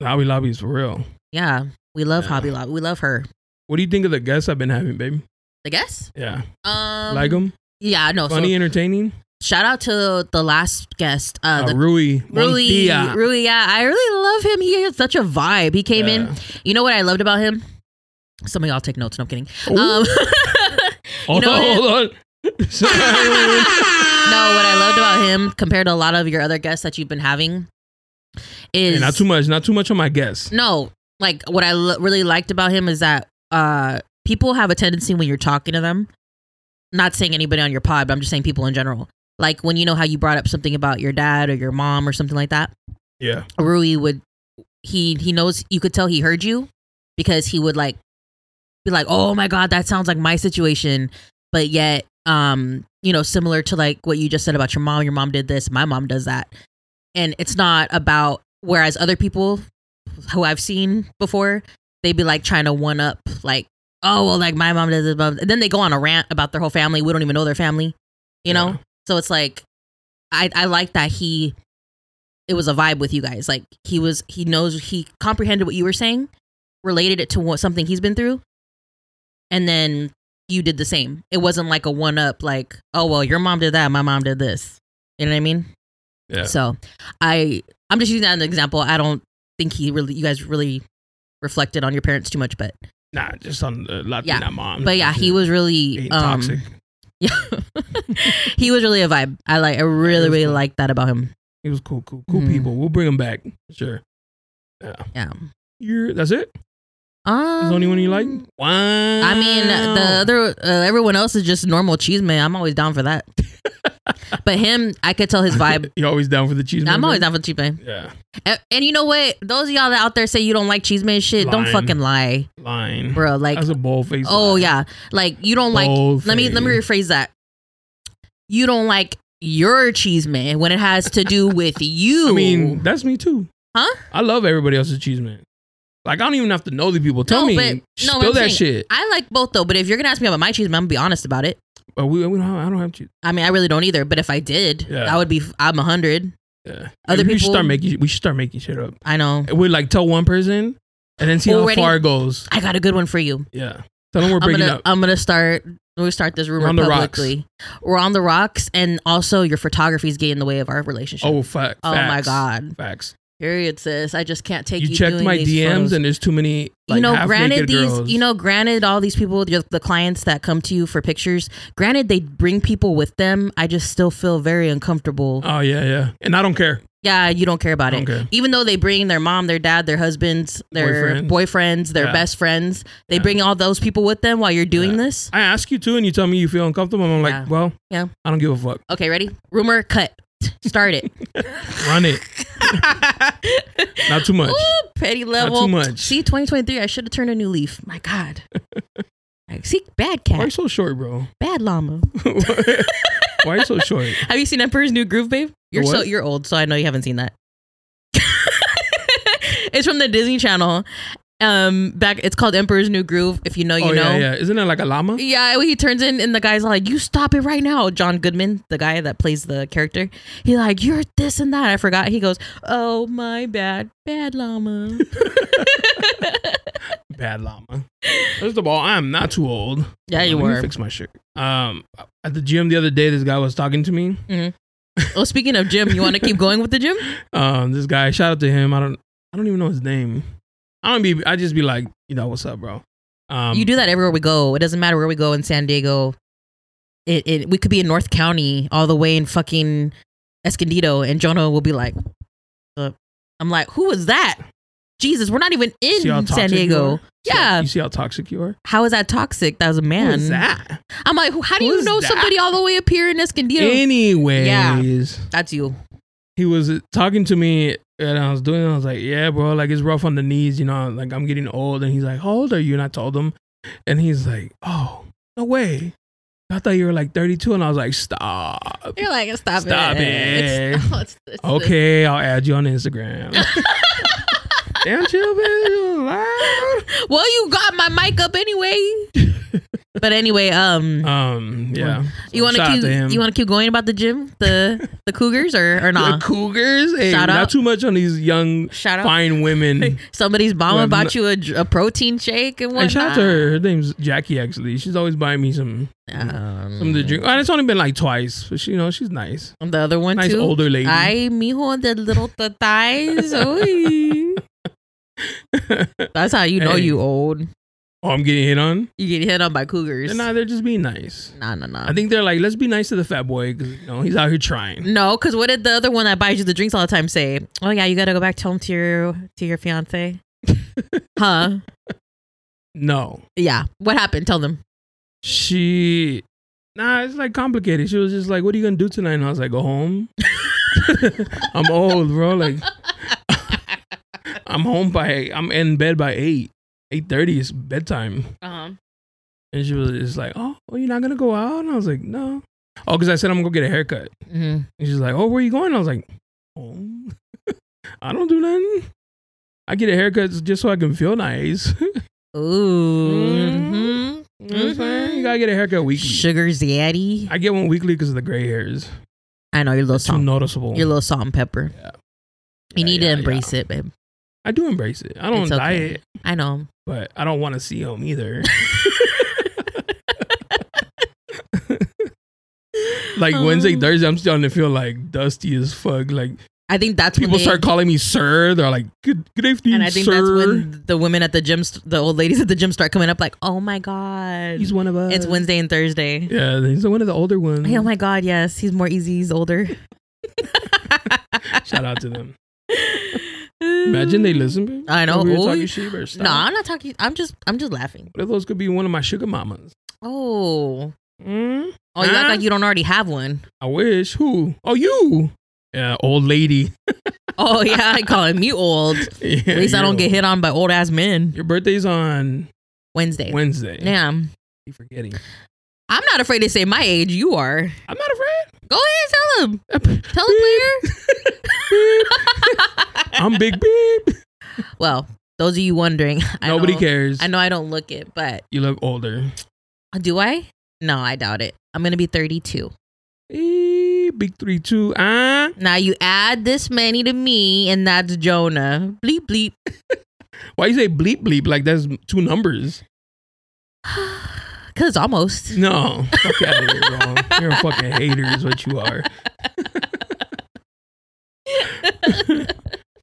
Speaker 1: Hobby Lobby is for real.
Speaker 2: Yeah, we love
Speaker 1: Yeah.
Speaker 2: Hobby Lobby. We love her.
Speaker 1: What do you think of the guests I've been having, baby?
Speaker 2: I guess.
Speaker 1: Yeah,
Speaker 2: Um,
Speaker 1: like them,
Speaker 2: Yeah, no.
Speaker 1: funny,
Speaker 2: So
Speaker 1: entertaining.
Speaker 2: shout out to the last guest, uh,
Speaker 1: Uh,
Speaker 2: the
Speaker 1: Rui,
Speaker 2: Rui,
Speaker 1: Montilla.
Speaker 2: Rui, yeah, I really love him. He has such a vibe. He came in.
Speaker 1: Yeah.
Speaker 2: You know what I loved about him? Some of y'all take notes. No, I'm kidding.
Speaker 1: Ooh.
Speaker 2: Um,
Speaker 1: Hold
Speaker 2: know
Speaker 1: on,
Speaker 2: what?
Speaker 1: hold on. Sorry.
Speaker 2: no, what I loved about him compared to a lot of your other guests that you've been having is
Speaker 1: Hey, not too much. Not too much on my guests.
Speaker 2: no. Like what I lo- really liked about him is that uh, people have a tendency when you're talking to them, not saying anybody on your pod, but I'm just saying people in general. Like when you know how you brought up something about your dad or your mom or something like that.
Speaker 1: Yeah,
Speaker 2: Rui would he he knows you could tell he heard you because he would like be like, "Oh my god, that sounds like my situation," but yet um you know similar to like what you just said about your mom. Your mom did this, my mom does that, and it's not about whereas other people who I've seen before they'd be like trying to one up like. Oh well, like my mom does this, blah, blah. and then they go on a rant about their whole family. We don't even know their family, you know.
Speaker 1: Yeah.
Speaker 2: So it's like, I I like that he it was a vibe with you guys. Like he was, he knows, he comprehended what you were saying, related it to what, something he's been through, and then you did the same. It wasn't like a one up, like oh well, your mom did that, my mom did this. You know what I mean?
Speaker 1: yeah.
Speaker 2: So I, I'm just using that as an example. I don't think he really, you guys really reflected on your parents too much, but
Speaker 1: Nah, just on the Latina mom.
Speaker 2: but yeah, he was really
Speaker 1: Being
Speaker 2: um,
Speaker 1: toxic.
Speaker 2: Yeah, he was really a vibe. I like, I really,
Speaker 1: was
Speaker 2: really
Speaker 1: cool.
Speaker 2: liked that about him.
Speaker 1: He was cool, cool, cool
Speaker 2: Mhm.
Speaker 1: people. We'll bring him back. Sure. Yeah.
Speaker 2: Yeah.
Speaker 1: You're, that's it?
Speaker 2: Um,
Speaker 1: That's the only one you like? Wow.
Speaker 2: I mean, the other uh, everyone else is just normal cheese man. I'm always down for that. but him, I could tell his vibe.
Speaker 1: You're always down for the cheese.
Speaker 2: I'm
Speaker 1: man,
Speaker 2: always
Speaker 1: baby?
Speaker 2: down for the cheese man.
Speaker 1: Yeah.
Speaker 2: And, and you know what? Those of y'all that out there say you don't like cheese man shit, don't
Speaker 1: Lying.
Speaker 2: fucking lie,
Speaker 1: Lying.
Speaker 2: bro. Like,
Speaker 1: that's a bold face.
Speaker 2: oh yeah, like you don't like.
Speaker 1: Bold
Speaker 2: Let me let me
Speaker 1: face.
Speaker 2: rephrase that. You don't like your cheese man when it has to do with you.
Speaker 1: I mean, that's me too.
Speaker 2: Huh?
Speaker 1: I love everybody else's cheese, man. Like, I don't even have to know the people. Tell
Speaker 2: No,
Speaker 1: me.
Speaker 2: but- no,
Speaker 1: spill
Speaker 2: I'm
Speaker 1: that
Speaker 2: saying-
Speaker 1: shit.
Speaker 2: I like both though. But if you're gonna ask me about my cheese man, I'm gonna be honest about it.
Speaker 1: But we, we don't have, I don't have cheese.
Speaker 2: I mean, I really don't either. But if I did,
Speaker 1: Yeah.
Speaker 2: I would be. I'm a hundred.
Speaker 1: Yeah.
Speaker 2: Other
Speaker 1: we should
Speaker 2: people-
Speaker 1: start making, we should start making shit up.
Speaker 2: I know.
Speaker 1: We like tell one person and then see
Speaker 2: Already-
Speaker 1: how far it goes.
Speaker 2: I got a good one for you.
Speaker 1: Yeah. Tell them we're
Speaker 2: I'm
Speaker 1: breaking
Speaker 2: gonna
Speaker 1: up.
Speaker 2: I'm gonna start we start this rumor
Speaker 1: on the rocks.
Speaker 2: publicly. We're on the rocks, and also your photography is getting in the way of our relationship.
Speaker 1: Oh, fuck.
Speaker 2: Oh my
Speaker 1: Facts.
Speaker 2: God.
Speaker 1: Facts.
Speaker 2: period, sis. I just can't take
Speaker 1: You,
Speaker 2: you.
Speaker 1: checked
Speaker 2: doing
Speaker 1: my
Speaker 2: these
Speaker 1: DMs
Speaker 2: photos.
Speaker 1: and there's too many. Like,
Speaker 2: you know,
Speaker 1: half
Speaker 2: granted
Speaker 1: naked
Speaker 2: these,
Speaker 1: girls.
Speaker 2: you know, granted all these people, the the clients that come to you for pictures, granted they bring people with them. I just still feel very uncomfortable.
Speaker 1: Oh yeah, yeah. And I don't care.
Speaker 2: yeah, you don't care about
Speaker 1: I
Speaker 2: it.
Speaker 1: don't care.
Speaker 2: even though they bring their mom, their dad, their husbands, their
Speaker 1: Boyfriends.
Speaker 2: boyfriends, their
Speaker 1: Yeah.
Speaker 2: best friends, they
Speaker 1: Yeah.
Speaker 2: bring all those people with them while you're doing
Speaker 1: Yeah.
Speaker 2: this.
Speaker 1: I ask you to, and you tell me you feel uncomfortable. I'm like,
Speaker 2: Yeah.
Speaker 1: well,
Speaker 2: Yeah.
Speaker 1: I don't give a fuck.
Speaker 2: Okay, ready? Rumor cut. Start it.
Speaker 1: Run it. Not too much.
Speaker 2: Ooh, petty level.
Speaker 1: much.
Speaker 2: See, 2023, I should have turned a new leaf. My God. Like, see, bad cat,
Speaker 1: Why you so short, bro?
Speaker 2: bad llama.
Speaker 1: Why you so short?
Speaker 2: Have you seen Emperor's New Groove, babe? You're so
Speaker 1: what?
Speaker 2: you're old, so I know you haven't seen that. it's from the Disney Channel. Um, back it's called Emperor's New Groove. If you know, you
Speaker 1: oh
Speaker 2: know.
Speaker 1: yeah, yeah. Isn't it like a llama?
Speaker 2: Yeah, he turns in and the guy's like, You stop it right now. John Goodman, the guy that plays the character, he like, You're this and that. I forgot. He goes, Oh my bad, bad llama.
Speaker 1: Bad llama. First of all, I am not too old.
Speaker 2: yeah, you
Speaker 1: Let me
Speaker 2: were.
Speaker 1: Fix my shirt. Um, at the gym the other day, this guy was talking to me.
Speaker 2: Oh, speaking of Jim, you want to keep going with the gym?
Speaker 1: Um, this guy, shout out to him. I don't, I don't even know his name. I don't be. I just be like, you know, what's up, bro? Um,
Speaker 2: you do that everywhere we go. It doesn't matter where we go in San Diego. It, it we could be in North County all the way in fucking Escondido and Jonah will be like "Uh," I'm like, Who was that? Jesus, we're not even
Speaker 1: see how
Speaker 2: in San
Speaker 1: toxic you
Speaker 2: Diego.
Speaker 1: are? See how-
Speaker 2: Yeah.
Speaker 1: you see how toxic you are.
Speaker 2: How is that toxic? That was a man.
Speaker 1: Who is that?
Speaker 2: I'm like, who- how do
Speaker 1: Who
Speaker 2: you
Speaker 1: is
Speaker 2: know
Speaker 1: that?
Speaker 2: somebody all the way up here in Escondido?
Speaker 1: Anyways,
Speaker 2: That's you.
Speaker 1: he was talking to me and I was doing it. I was like, yeah, bro, like it's rough on the knees, you know, like I'm getting old. And he's like, how old are you? And I told him, and he's like, oh, no way. I thought you were like 32. And I was like, stop.
Speaker 2: You're like, stop,
Speaker 1: Stop
Speaker 2: it.
Speaker 1: it.
Speaker 2: It's- oh, it's- it's-
Speaker 1: Okay, I'll add you on Instagram. Damn, chill, bitch. You loud.
Speaker 2: Well, you got my mic up anyway. But anyway, um,
Speaker 1: Um, yeah.
Speaker 2: you want
Speaker 1: Shout out
Speaker 2: to
Speaker 1: him.
Speaker 2: keep you want to keep going about the gym, the the Cougars or
Speaker 1: the
Speaker 2: or not?
Speaker 1: Cougars. Hey,
Speaker 2: Shout
Speaker 1: not
Speaker 2: out.
Speaker 1: too much on these young
Speaker 2: Shout out.
Speaker 1: fine women.
Speaker 2: Somebody's mama
Speaker 1: Well,
Speaker 2: bought you a, dr- a protein shake and whatnot.
Speaker 1: And shout out to her. Her name's Jackie. Actually, she's always buying me some
Speaker 2: Um,
Speaker 1: some to drink. And it's only been like twice, but she, you know, she's nice.
Speaker 2: the other one
Speaker 1: Nice
Speaker 2: too.
Speaker 1: older lady.
Speaker 2: Ay, mijo, the little th- thighs. Oy. That's how you know
Speaker 1: Hey.
Speaker 2: you old.
Speaker 1: oh, I'm getting hit on.
Speaker 2: You get hit on by cougars.
Speaker 1: And nah, they're just being nice.
Speaker 2: nah, nah, nah.
Speaker 1: I think they're like, let's be nice to the fat boy because you know he's out here trying.
Speaker 2: no, because what did the other one that buys you the drinks all the time say? Oh yeah, you gotta go back home to your to your fiance. huh?
Speaker 1: No,
Speaker 2: Yeah. What happened? Tell them.
Speaker 1: she. Nah, it's like complicated. She was just like, "What are you gonna do tonight?" And I was like, "Go home." I'm old, bro. Like, I'm home by. I'm in bed by eight. Eight thirty is bedtime.
Speaker 2: Uh-huh.
Speaker 1: And she was just like, "Oh, well, you're not gonna go out?" And I was like, "No." Oh, because I said I'm gonna go get a haircut.
Speaker 2: hmm
Speaker 1: And she's like, "Oh, where you going?" I was like, "Home. I don't do nothing. I get a haircut just so I can feel nice.
Speaker 2: Ooh. Mm-hmm.
Speaker 1: you know what I'm saying? You gotta get a haircut weekly.
Speaker 2: Sugar Zaddy.
Speaker 1: I get one weekly because of the gray hairs.
Speaker 2: I know your little
Speaker 1: Too
Speaker 2: salt.
Speaker 1: noticeable.
Speaker 2: Your Oh. little salt and pepper.
Speaker 1: Yeah.
Speaker 2: You
Speaker 1: Yeah,
Speaker 2: need
Speaker 1: yeah,
Speaker 2: to embrace it, babe.
Speaker 1: I do embrace it. I don't
Speaker 2: It's okay.
Speaker 1: dye it,
Speaker 2: I know.
Speaker 1: but I don't want to see them either. like Wednesday,
Speaker 2: Um.
Speaker 1: Thursday, I'm starting to feel like dusty as fuck. Like
Speaker 2: I think that's
Speaker 1: people
Speaker 2: when they,
Speaker 1: start calling me sir. They're like, good, good afternoon,
Speaker 2: and I think
Speaker 1: sir.
Speaker 2: that's when the women at the gym, st- the old ladies at the gym, start coming up like, "Oh my god,
Speaker 1: he's one of us.
Speaker 2: it's Wednesday and Thursday."
Speaker 1: Yeah, he's one of the older ones.
Speaker 2: Hey, oh my god, yes, he's more easy. He's older.
Speaker 1: Shout out to them. Imagine they listen. babe.
Speaker 2: I know.
Speaker 1: We were
Speaker 2: Ooh.
Speaker 1: talking shit, better stop.
Speaker 2: No, I'm not talking. I'm just, I'm just laughing.
Speaker 1: What if those could be one of my sugar mamas?
Speaker 2: Oh,
Speaker 1: Mm?
Speaker 2: oh, you
Speaker 1: Huh?
Speaker 2: act like you don't already have one.
Speaker 1: I wish. Who? Oh, you. Yeah, old lady.
Speaker 2: Oh yeah, I calling me old. At least I don't get hit on by old ass men.
Speaker 1: Your birthday's on
Speaker 2: Wednesday.
Speaker 1: Wednesday.
Speaker 2: Damn.
Speaker 1: Keep forgetting.
Speaker 2: I'm not afraid to say my age. You are.
Speaker 1: I'm not afraid.
Speaker 2: Go ahead, tell him. Tell him where.
Speaker 1: I'm big beep.
Speaker 2: well, those of you wondering, I
Speaker 1: Nobody
Speaker 2: know,
Speaker 1: cares.
Speaker 2: I know I don't look it, but
Speaker 1: You look older.
Speaker 2: do I? No, I doubt it. I'm gonna be 32.
Speaker 1: Eh, big three two. Ah.
Speaker 2: Now you add this many to me, and that's Jonah. Bleep bleep.
Speaker 1: Why you say bleep bleep? Like that's two numbers.
Speaker 2: Cause almost.
Speaker 1: No. Fuck out of here, wrong. You're a fucking hater is what you are.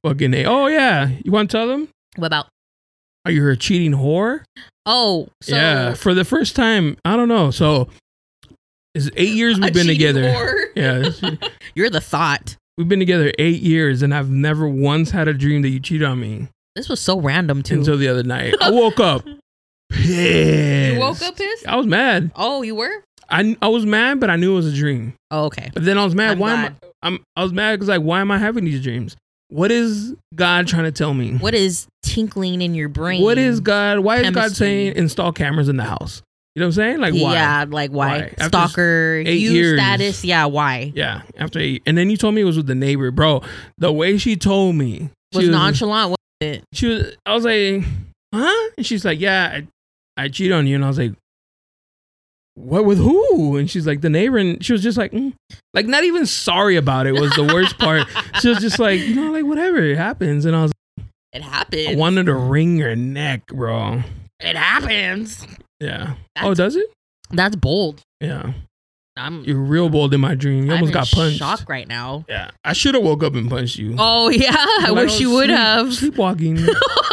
Speaker 1: fucking a. Oh yeah. You want to tell them?
Speaker 2: What about?
Speaker 1: Are you a cheating whore?
Speaker 2: Oh, so
Speaker 1: yeah. For the first time, I don't know. So, it's eight years
Speaker 2: a
Speaker 1: we've been
Speaker 2: cheating
Speaker 1: together.
Speaker 2: whore.
Speaker 1: Yeah.
Speaker 2: You're the thought.
Speaker 1: We've been together eight years, and I've never once had a dream that you cheated on me
Speaker 2: This was so random too.
Speaker 1: until the other night. I woke up. Pissed.
Speaker 2: you woke up pissed.
Speaker 1: I was mad.
Speaker 2: Oh, you were.
Speaker 1: I, I was mad, but I knew it was a dream.
Speaker 2: Oh, okay.
Speaker 1: But then I was mad.
Speaker 2: I'm
Speaker 1: why am
Speaker 2: glad.
Speaker 1: I, I'm, I was mad because like, why am I having these dreams? What is God trying to tell me?
Speaker 2: What is tinkling in your brain?
Speaker 1: What is God? Why is God
Speaker 2: Chemistry.
Speaker 1: saying install cameras in the house? You know what I'm saying? Like why?
Speaker 2: Yeah, like
Speaker 1: Why?
Speaker 2: why?
Speaker 1: After
Speaker 2: Stalker,
Speaker 1: eight
Speaker 2: you
Speaker 1: years.
Speaker 2: status. Yeah, why?
Speaker 1: Yeah, after eight, and then you told me it was with the neighbor, bro. The way she told me she
Speaker 2: Was nonchalant. wasn't it?
Speaker 1: she was I was like, huh? And she's like, yeah, I, I cheated on you. And I was like, what with who? And she's like, the neighbor. And she was just like, mm. like not even sorry about it was the worst part. She was just like, you know, like whatever it happens. And I was,
Speaker 2: It
Speaker 1: like, I
Speaker 2: happened.
Speaker 1: wanted to wring your neck, bro.
Speaker 2: it happens.
Speaker 1: Yeah. oh, does it?
Speaker 2: That's bold.
Speaker 1: Yeah.
Speaker 2: I'm.
Speaker 1: You're real bold in my dream. You
Speaker 2: I'm
Speaker 1: almost
Speaker 2: in
Speaker 1: got punched.
Speaker 2: Shock right now.
Speaker 1: Yeah. I should have woke up and punched you.
Speaker 2: Oh yeah, I
Speaker 1: But
Speaker 2: wish
Speaker 1: was
Speaker 2: you would
Speaker 1: sleep-
Speaker 2: have.
Speaker 1: Sleepwalking.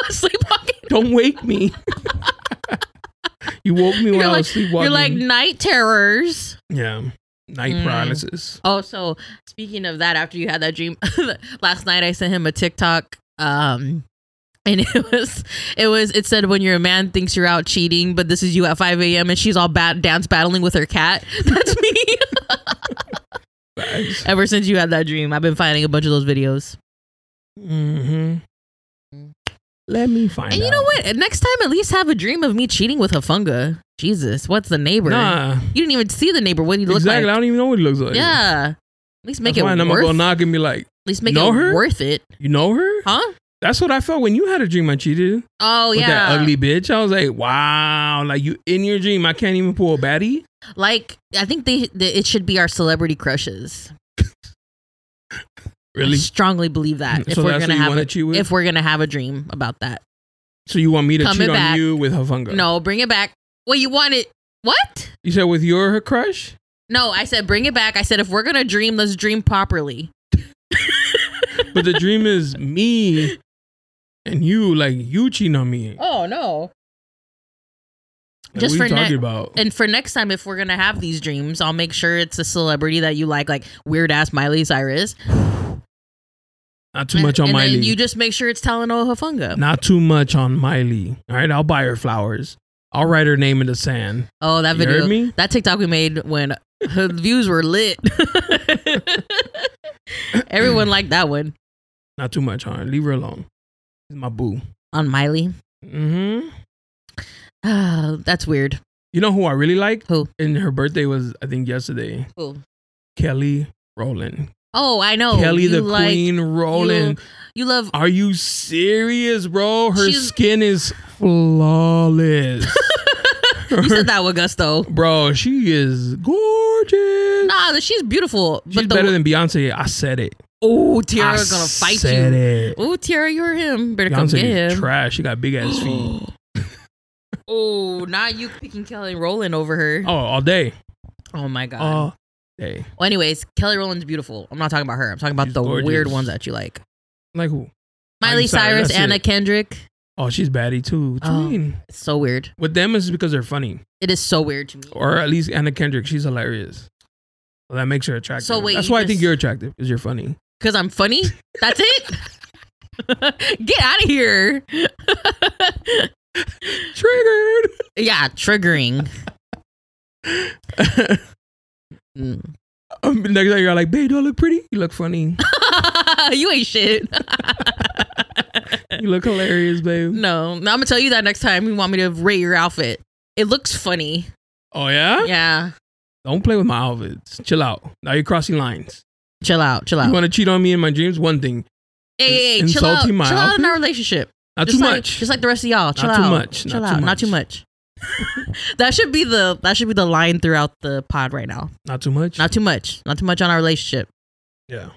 Speaker 2: Sleepwalking.
Speaker 1: Don't wake me. you woke me when
Speaker 2: You're
Speaker 1: I
Speaker 2: like-
Speaker 1: was sleepwalking.
Speaker 2: You're like night terrors.
Speaker 1: Yeah. Night
Speaker 2: Mm.
Speaker 1: paralysis.
Speaker 2: Oh, so speaking of that, after you had that dream last night, I sent him a TikTok. Um, and it was, it was, it said when your man thinks you're out cheating, but this is you at 5 a.m. and she's all bat dance battling with her cat. That's me.
Speaker 1: Facts.
Speaker 2: Ever since you had that dream, I've been finding a bunch of those videos.
Speaker 1: hmm Mm-hmm. Let me find
Speaker 2: and you
Speaker 1: out.
Speaker 2: know what? Next time, at least have a dream of me cheating with Hafunga. Jesus, what's the neighbor?
Speaker 1: Nah.
Speaker 2: You didn't even see the neighbor. What he looked
Speaker 1: Exactly. I
Speaker 2: like?
Speaker 1: don't even know what he looks like.
Speaker 2: Yeah. At least make
Speaker 1: That's
Speaker 2: it
Speaker 1: why I'm
Speaker 2: worth.
Speaker 1: gonna go knock and be like,
Speaker 2: at least make
Speaker 1: Know
Speaker 2: it
Speaker 1: her?
Speaker 2: worth it,
Speaker 1: you know her?
Speaker 2: huh?
Speaker 1: That's what I felt when you had a dream I cheated
Speaker 2: Oh
Speaker 1: with
Speaker 2: yeah.
Speaker 1: that ugly bitch. I was like, wow, like you in your dream, I can't even pull a baddie.
Speaker 2: Like I think they, they it should be our celebrity crushes.
Speaker 1: Really? Mm-hmm.
Speaker 2: I strongly believe that if
Speaker 1: So
Speaker 2: we're
Speaker 1: that's
Speaker 2: gonna
Speaker 1: who you
Speaker 2: have
Speaker 1: wanna
Speaker 2: a,
Speaker 1: cheat with?
Speaker 2: if we're gonna have a dream about that.
Speaker 1: So you want me to cheat
Speaker 2: Coming back.
Speaker 1: on you with Hafunga?
Speaker 2: No, bring it back. Well, you want it? What?
Speaker 1: You said with your crush?
Speaker 2: No, I said bring it back. I said if we're gonna dream, let's dream properly.
Speaker 1: But the dream is me and you, like you cheating on me. Like,
Speaker 2: Oh no.
Speaker 1: what
Speaker 2: Just
Speaker 1: are
Speaker 2: for
Speaker 1: you talking
Speaker 2: next
Speaker 1: about?
Speaker 2: and for next time, if we're gonna have these dreams, I'll make sure it's a celebrity that you like, like weird ass Miley Cyrus.
Speaker 1: Not too much on
Speaker 2: and
Speaker 1: Miley.
Speaker 2: Then you just make sure it's Talanoa Hafunga.
Speaker 1: Not too much on Miley. All right, I'll buy her flowers. I'll write her name in the sand.
Speaker 2: Oh, that
Speaker 1: You
Speaker 2: video,
Speaker 1: heard me?
Speaker 2: that TikTok we made when her views were lit. Everyone liked that one
Speaker 1: Not too much on her. Leave her alone. She's my boo.
Speaker 2: on Miley.
Speaker 1: hmm
Speaker 2: Ah, that's weird.
Speaker 1: You know who I really like?
Speaker 2: Who?
Speaker 1: And her birthday was, I think, yesterday.
Speaker 2: Who?
Speaker 1: Kelly Rowland.
Speaker 2: Oh, I know.
Speaker 1: Kelly
Speaker 2: You
Speaker 1: the
Speaker 2: like-
Speaker 1: Queen Rowland.
Speaker 2: You love.
Speaker 1: Are you serious, bro? Her
Speaker 2: She's-
Speaker 1: skin is flawless.
Speaker 2: You said that with gusto.
Speaker 1: Bro, she is gorgeous.
Speaker 2: Nah, she's beautiful.
Speaker 1: She's
Speaker 2: but the,
Speaker 1: better than Beyonce. I said it.
Speaker 2: oh, Tiara's
Speaker 1: I
Speaker 2: gonna fight
Speaker 1: said
Speaker 2: you.
Speaker 1: it.
Speaker 2: Oh, Tiara, you're him. Better come
Speaker 1: Beyonce
Speaker 2: get
Speaker 1: is
Speaker 2: him.
Speaker 1: trash. She got big ass feet.
Speaker 2: oh, now you picking Kelly Rowland over her.
Speaker 1: Oh, all day.
Speaker 2: Oh my god.
Speaker 1: All day.
Speaker 2: well, anyways, Kelly Rowland's beautiful. I'm not talking about her. I'm talking about
Speaker 1: She's
Speaker 2: the
Speaker 1: gorgeous.
Speaker 2: weird ones that you like.
Speaker 1: Like who?
Speaker 2: Miley
Speaker 1: Miley
Speaker 2: Cyrus,
Speaker 1: Cyrus, that's
Speaker 2: Anna
Speaker 1: it.
Speaker 2: Kendrick.
Speaker 1: Oh, she's baddie too. What you
Speaker 2: Oh.
Speaker 1: mean?
Speaker 2: It's so weird.
Speaker 1: With them is because they're funny.
Speaker 2: It is so weird to me.
Speaker 1: Or at least Anna Kendrick, she's hilarious. Well, that makes her attractive.
Speaker 2: So wait,
Speaker 1: That's
Speaker 2: you
Speaker 1: why I
Speaker 2: just-
Speaker 1: think you're attractive, because you're funny.
Speaker 2: Cause I'm funny. That's it. Get out of here.
Speaker 1: Triggered.
Speaker 2: yeah, triggering. Mm.
Speaker 1: Um, next time you're like, babe, do I look pretty? You look funny.
Speaker 2: you ain't shit.
Speaker 1: You look hilarious, babe.
Speaker 2: no, no, I'm gonna tell you that next time you want me to rate your outfit. It looks funny.
Speaker 1: Oh yeah?
Speaker 2: Yeah,
Speaker 1: Don't play with my outfits. Chill out. Now you're crossing lines.
Speaker 2: chill out, chill
Speaker 1: You
Speaker 2: out.
Speaker 1: want to cheat on me in my dreams? One thing.
Speaker 2: hey, hey, chill out,
Speaker 1: insulting
Speaker 2: chill
Speaker 1: my
Speaker 2: out in
Speaker 1: outfit?
Speaker 2: our relationship.
Speaker 1: Not
Speaker 2: just
Speaker 1: too
Speaker 2: like,
Speaker 1: much.
Speaker 2: Just like the rest of y'all, chill
Speaker 1: Not
Speaker 2: out.
Speaker 1: too much,
Speaker 2: Chill
Speaker 1: not
Speaker 2: out,
Speaker 1: too
Speaker 2: not too much. that should be the that should be the line throughout the pod right now.
Speaker 1: Not too much.
Speaker 2: Not too much. Not too much on our relationship.
Speaker 1: yeah.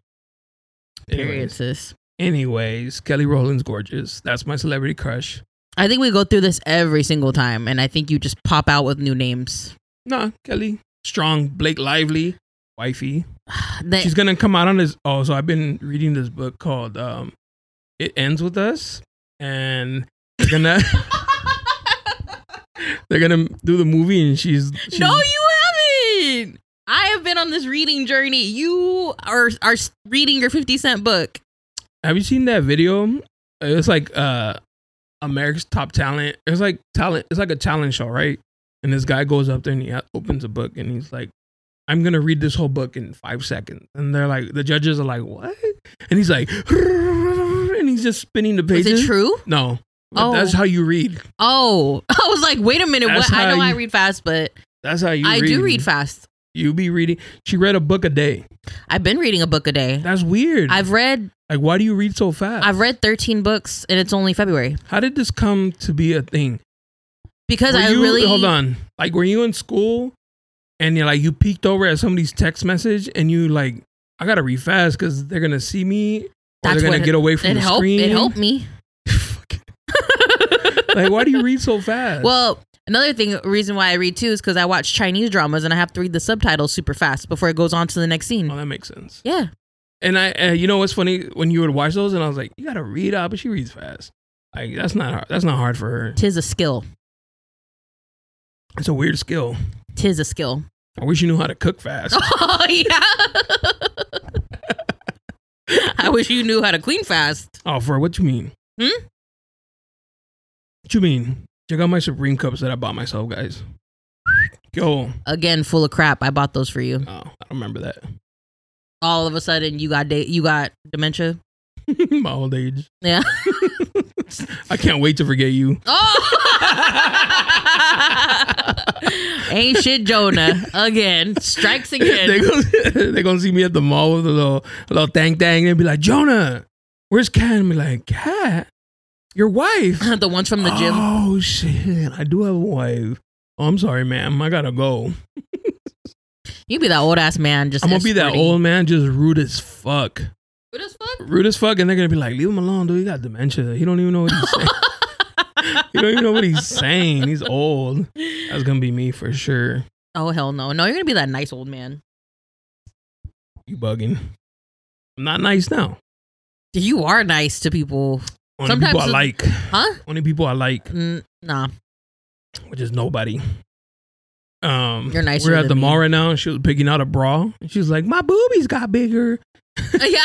Speaker 2: Period,
Speaker 1: Anyways.
Speaker 2: sis.
Speaker 1: Anyways, Kelly Rowland's gorgeous. That's my celebrity crush.
Speaker 2: I think we go through this every single time, and I think you just pop out with new names.
Speaker 1: Nah, Kelly. Strong, Blake Lively, wifey.
Speaker 2: That-
Speaker 1: She's gonna come out on this. Oh, so I've been reading this book called um, "It Ends with Us," and they're gonna they're gonna do the movie, and she's, she's
Speaker 2: no, you haven't. I have been on this reading journey. You are are s- reading your fifty cent book.
Speaker 1: Have you seen that video? It's like uh America's Top Talent. It's like talent. It's like a talent show, right? And this guy goes up there and he opens a book and he's like, "I'm gonna read this whole book in five seconds." And they're like, the judges are like, "What?" And he's like, and he's just spinning the
Speaker 2: Is
Speaker 1: pages.
Speaker 2: it true?
Speaker 1: No. But
Speaker 2: Oh.
Speaker 1: That's how you read.
Speaker 2: Oh, I was like, wait a minute.
Speaker 1: That's
Speaker 2: What? I
Speaker 1: how
Speaker 2: know I
Speaker 1: you-
Speaker 2: read fast, but
Speaker 1: That's how you.
Speaker 2: I
Speaker 1: read.
Speaker 2: do read fast.
Speaker 1: You be reading. She read a book a day.
Speaker 2: I've been reading a book a day.
Speaker 1: That's weird.
Speaker 2: I've read
Speaker 1: like, why do you read so fast?
Speaker 2: I've read thirteen books, and it's only February
Speaker 1: how did this come to be a thing?
Speaker 2: because
Speaker 1: Were
Speaker 2: I
Speaker 1: you-
Speaker 2: really
Speaker 1: hold on. Like, were you in school and you're like you peeked over at somebody's text message and you like, I gotta read fast because they're gonna see me or
Speaker 2: That's
Speaker 1: they're gonna
Speaker 2: what-
Speaker 1: get away from
Speaker 2: It
Speaker 1: the
Speaker 2: helped.
Speaker 1: screen.
Speaker 2: It helped me.
Speaker 1: like, why do you read so fast?
Speaker 2: Well, another thing, reason why I read too is because I watch Chinese dramas and I have to read the subtitles super fast before it goes on to the next scene.
Speaker 1: oh, that makes sense.
Speaker 2: Yeah,
Speaker 1: And I, uh, you know what's funny when you would watch those and I was like, you gotta read out, but she reads fast. Like that's not hard. That's not hard for her.
Speaker 2: tis a skill.
Speaker 1: It's a weird skill.
Speaker 2: Tis a skill.
Speaker 1: I wish you knew how to cook fast.
Speaker 2: Oh yeah. I wish you knew how to clean fast.
Speaker 1: oh, for what you mean?
Speaker 2: Hmm?
Speaker 1: What you mean? Check out my Supreme cups that I bought myself, guys. Yo,
Speaker 2: Again, full of crap. I bought those for you.
Speaker 1: Oh, I don't remember that.
Speaker 2: All of a sudden, you got da- you got dementia.
Speaker 1: My old age.
Speaker 2: Yeah.
Speaker 1: I can't wait to forget you.
Speaker 2: Oh. Ain't shit, Jonah. Again, strikes again.
Speaker 1: They're gonna, they gonna see me at the mall with a little, a little dang dang and be like, Jonah, Where's Kat? I'm like, Kat, your wife.
Speaker 2: the ones from the gym.
Speaker 1: Oh shit, I do have a wife. Oh, I'm sorry, ma'am. I gotta go.
Speaker 2: You be that old ass man. Just
Speaker 1: I'm gonna be that
Speaker 2: escorting.
Speaker 1: old man, just rude as fuck.
Speaker 2: What as fuck?
Speaker 1: Rude as fuck, and they're gonna be like, leave him alone, dude. He got dementia. He don't even know what he's saying. he don't even know what he's saying. He's old. That's gonna be me for sure.
Speaker 2: Oh hell no! No, you're gonna be that nice old man.
Speaker 1: You bugging. I'm not nice now.
Speaker 2: You are nice to people,
Speaker 1: Only
Speaker 2: Sometimes
Speaker 1: people I like.
Speaker 2: it's- huh?
Speaker 1: Only people I like.
Speaker 2: Mm, nah.
Speaker 1: which is nobody. Um,
Speaker 2: You're nicer
Speaker 1: We're at
Speaker 2: than
Speaker 1: the
Speaker 2: me.
Speaker 1: mall right now, and she was picking out a bra, and she was like, "My boobies got bigger,"
Speaker 2: yeah.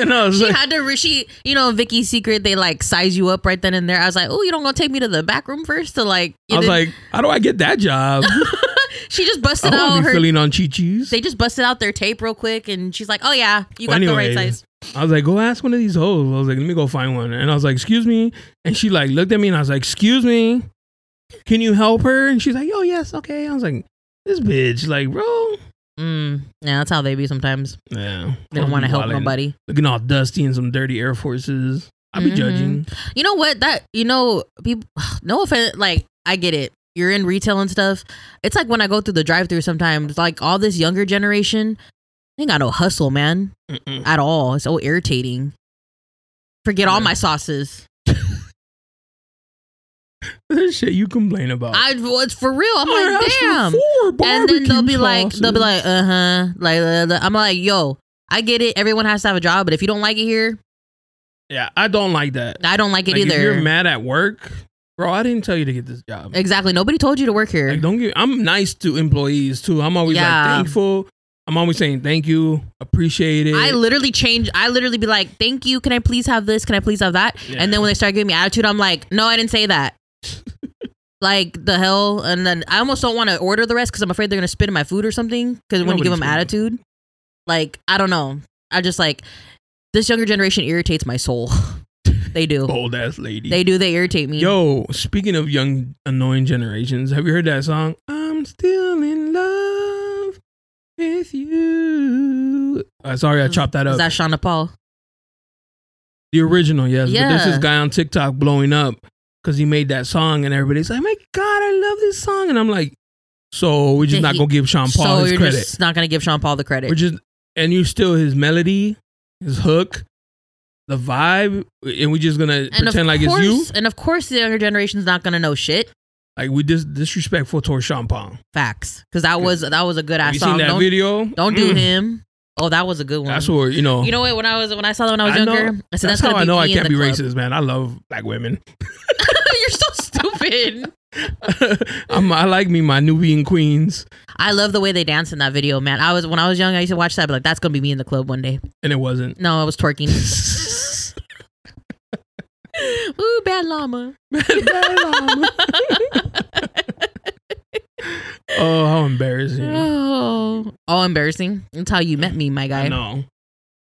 Speaker 1: and I was
Speaker 2: She
Speaker 1: like,
Speaker 2: had to. re- She, you know, Vicky's secret. They like size you up right then and there. I was like, oh, you don't gonna take me to the back room first to like.
Speaker 1: "I was
Speaker 2: then
Speaker 1: like, how do I get that job?
Speaker 2: she just
Speaker 1: I
Speaker 2: busted
Speaker 1: don't
Speaker 2: out
Speaker 1: be
Speaker 2: her.
Speaker 1: feeling on chichis."
Speaker 2: They just busted out their tape real quick, and she's like, oh yeah, you got
Speaker 1: Well,
Speaker 2: the right
Speaker 1: anyway,
Speaker 2: size.
Speaker 1: I was like, "Go ask one of these hoes." I was like, "Let me go find one," and I was like, "Excuse me," and she like looked at me, and I was like, "Excuse me, can you help her?" And she's like, "Oh yes, okay." I was like, "This bitch, like, bro."
Speaker 2: Mm, yeah, that's how they be sometimes.
Speaker 1: Yeah,
Speaker 2: They don't want to help nobody.
Speaker 1: Looking all dusty in some dirty Air Forces. I be
Speaker 2: Mhm.
Speaker 1: judging.
Speaker 2: You know what? That you know, people. No offense, like I get it. You're in retail and stuff. It's like when I go through the drive-through sometimes. Like all this younger generation, they ain't got no hustle, man,
Speaker 1: Mm-mm.
Speaker 2: at all. It's so irritating. Forget all
Speaker 1: Yeah.
Speaker 2: my sauces.
Speaker 1: This shit you complain about.
Speaker 2: I well, it's for real. I'm
Speaker 1: Oh. I
Speaker 2: like,
Speaker 1: asked for
Speaker 2: damn.
Speaker 1: four
Speaker 2: And then they'll
Speaker 1: barbecue
Speaker 2: be like, they'll be
Speaker 1: sauces.
Speaker 2: like, uh huh. Like uh, uh, I'm like, yo, I get it. Everyone has to have a job, but if you don't like it here,
Speaker 1: yeah, I don't like that.
Speaker 2: I don't like it
Speaker 1: Like, If
Speaker 2: either.
Speaker 1: you're mad at work, bro, I didn't tell you to get this job.
Speaker 2: Exactly. Nobody told you to work here.
Speaker 1: Like, don't give. I'm nice to employees too. I'm always
Speaker 2: Yeah.
Speaker 1: like thankful. I'm always saying thank you, appreciate it.
Speaker 2: I literally change. I literally be like, "Thank you. Can I please have this? Can I please have that?"
Speaker 1: Yeah.
Speaker 2: And then when they start giving me attitude, I'm like, "No, I didn't say that." like the hell. And then I almost don't want to order the rest because I'm afraid they're gonna spit in my food or something. Because when you give
Speaker 1: Nobody's
Speaker 2: them
Speaker 1: gonna-
Speaker 2: attitude, like I don't know. I just like this younger generation irritates my soul. they do.
Speaker 1: Bold ass lady.
Speaker 2: They do. They irritate me.
Speaker 1: Oh, Yo, speaking of young annoying generations, have you heard that song? I'm still in love with you. Uh, sorry, I chopped that up.
Speaker 2: Mm. Is that Shauna Paul?
Speaker 1: The original, yes. But there's
Speaker 2: Yeah.
Speaker 1: this guy on TikTok blowing up because he made that song, and everybody's like, "Oh "My God, I love this song!" And I'm like, "So we're just
Speaker 2: Did
Speaker 1: not
Speaker 2: he-
Speaker 1: gonna give Sean Paul
Speaker 2: so
Speaker 1: his
Speaker 2: you're
Speaker 1: credit.
Speaker 2: just not gonna give Sean Paul the credit.
Speaker 1: We're just and you still his melody, his hook, the vibe, and we're just gonna
Speaker 2: and of
Speaker 1: pretend like
Speaker 2: course,
Speaker 1: it's you.
Speaker 2: And of course, the younger generation's not gonna know shit.
Speaker 1: Like we just disrespectful towards Sean Paul.
Speaker 2: Facts, because that was that was a good
Speaker 1: Have
Speaker 2: ass
Speaker 1: you
Speaker 2: song.
Speaker 1: seen that
Speaker 2: Don't,
Speaker 1: video?
Speaker 2: don't do
Speaker 1: Mm.
Speaker 2: him. Oh, that was a good one.
Speaker 1: That's what you know.
Speaker 2: you know what? When I was when I saw that when I was
Speaker 1: I know-
Speaker 2: younger, I said
Speaker 1: that's
Speaker 2: that's,
Speaker 1: how
Speaker 2: gonna
Speaker 1: I
Speaker 2: be
Speaker 1: know
Speaker 2: me
Speaker 1: I
Speaker 2: in
Speaker 1: can't
Speaker 2: the
Speaker 1: be
Speaker 2: club.
Speaker 1: racist, man. I love black women.
Speaker 2: You're so stupid.
Speaker 1: I'm, I like me my Nubian queens,
Speaker 2: I love the way they dance in that video, man. I was when I was young, I used to watch that. But like, that's gonna be me in the club one day.
Speaker 1: and it wasn't.
Speaker 2: No, I was twerking. Ooh, bad llama.
Speaker 1: Oh, how embarrassing.
Speaker 2: Oh, all embarrassing. That's how you met me, my
Speaker 1: I
Speaker 2: guy.
Speaker 1: know.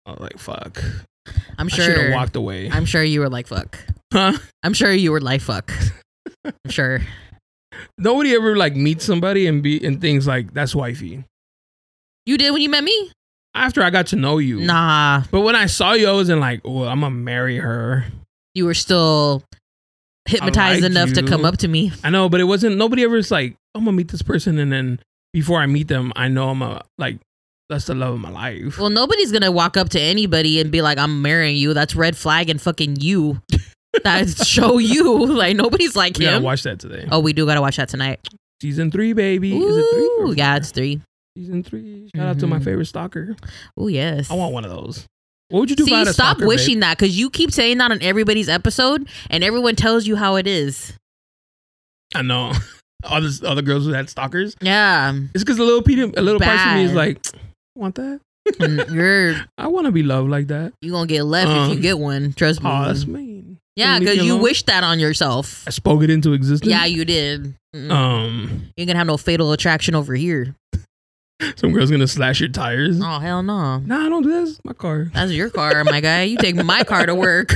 Speaker 1: I was like, fuck.
Speaker 2: I'm
Speaker 1: I should have
Speaker 2: sure.
Speaker 1: walked away.
Speaker 2: I'm sure you were like fuck.
Speaker 1: Huh?
Speaker 2: I'm sure you were like fuck. I'm sure.
Speaker 1: Nobody ever like meets somebody and be and things like that's wifey.
Speaker 2: You did when you met me?
Speaker 1: After I got to know you.
Speaker 2: Nah.
Speaker 1: But when I saw you, I wasn't like, well, I'm gonna marry her.
Speaker 2: you were still hypnotized
Speaker 1: like
Speaker 2: enough to
Speaker 1: you.
Speaker 2: come up to me.
Speaker 1: I know, but it wasn't nobody ever was like, I'm gonna meet this person and then before I meet them, I know I'm a like that's the love of my life.
Speaker 2: Well, nobody's gonna walk up to anybody and be like, "I'm marrying you." That's red flag and fucking you. That's show you like nobody's like
Speaker 1: we gotta
Speaker 2: him.
Speaker 1: watch that today.
Speaker 2: oh, we do gotta watch that tonight.
Speaker 1: Season three, baby. Is it three?
Speaker 2: Ooh,
Speaker 1: or
Speaker 2: yeah,
Speaker 1: four?
Speaker 2: it's three.
Speaker 1: Season three. Shout out to my
Speaker 2: Mhm.
Speaker 1: favorite stalker.
Speaker 2: Oh yes.
Speaker 1: I want one of those. What would you do if I
Speaker 2: See,
Speaker 1: had a
Speaker 2: stop
Speaker 1: stalker, babe?
Speaker 2: wishing that because you keep saying that on everybody's episode, and everyone tells you how it is.
Speaker 1: I know. All this other girls who had stalkers.
Speaker 2: Yeah,
Speaker 1: It's because a little pe- a little part of me is
Speaker 2: Bad.
Speaker 1: like, want that?
Speaker 2: And you're
Speaker 1: I want to be loved like that.
Speaker 2: you gonna get left if
Speaker 1: Um,
Speaker 2: you get one. Trust me.
Speaker 1: Oh, that's mean.
Speaker 2: Mm. yeah,
Speaker 1: Leave me
Speaker 2: because you
Speaker 1: alone.
Speaker 2: wish that on yourself.
Speaker 1: I spoke it into existence.
Speaker 2: Yeah, you did. Mm-mm.
Speaker 1: Um,
Speaker 2: You ain't gonna have no fatal attraction over here.
Speaker 1: some girl's gonna slash your tires.
Speaker 2: Oh hell no.
Speaker 1: Nah, I don't do that. It's my car.
Speaker 2: That's your car, my guy. You take my car to work.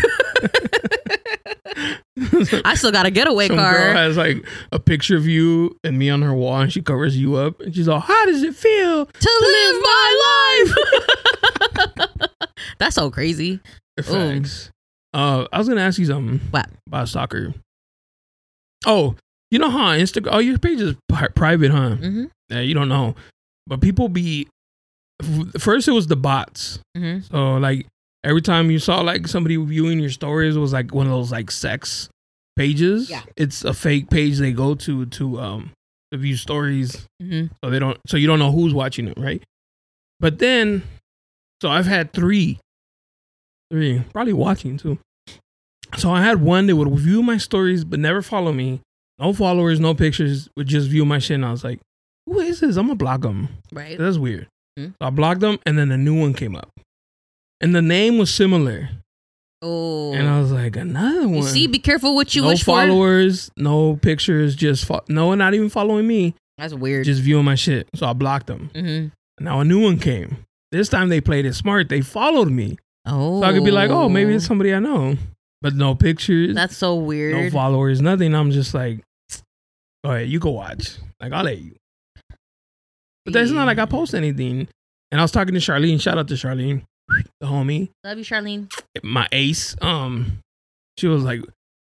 Speaker 2: I still got a getaway
Speaker 1: some
Speaker 2: car.
Speaker 1: girl has like a picture of you and me on her wall, and she covers you up, and she's all, "How does it feel?"
Speaker 2: to live my life. That's so crazy.
Speaker 1: Facts. Uh, I was gonna ask you something.
Speaker 2: What?
Speaker 1: About soccer. Oh, you know how Instagram? Oh, your page is pri- private, huh?
Speaker 2: Mm-hmm.
Speaker 1: Yeah, Eh, you don't know, but people be. f- First, it was the bots.
Speaker 2: Mm-hmm.
Speaker 1: So like every time you saw like somebody viewing your stories it was like one of those like sex pages.
Speaker 2: Yeah.
Speaker 1: It's a fake page they go to to um to view stories
Speaker 2: Mm-hmm.
Speaker 1: so they don't so you don't know who's watching it, right? But then so I've had three. Three. Probably watching too. So I had one that would view my stories but never follow me. No followers, no pictures, would just view my shit and I was like, who is this? I'm gonna block them.
Speaker 2: Right.
Speaker 1: That's weird.
Speaker 2: Hmm.
Speaker 1: So I blocked them, and then a new one came up, and the name was similar,
Speaker 2: Oh.
Speaker 1: and I was like, another one.
Speaker 2: you see, be careful what you
Speaker 1: no
Speaker 2: wish for.
Speaker 1: followers, no pictures, just fo- no, one not even following me,
Speaker 2: That's weird.
Speaker 1: just viewing my shit. So I blocked them.
Speaker 2: mm-hmm.
Speaker 1: Now a new one came. This time they played it smart. They followed me,
Speaker 2: Oh.
Speaker 1: so I could be like, oh, maybe it's somebody I know, but no pictures,
Speaker 2: That's so
Speaker 1: no
Speaker 2: weird.
Speaker 1: followers, nothing. I'm just like, all right, you go watch. Like I'll let you. But that's not like I post anything. And I was talking to Charlene. Shout out to Charlene, the homie,
Speaker 2: Love you, Charlene.
Speaker 1: my ace. Um, she was like,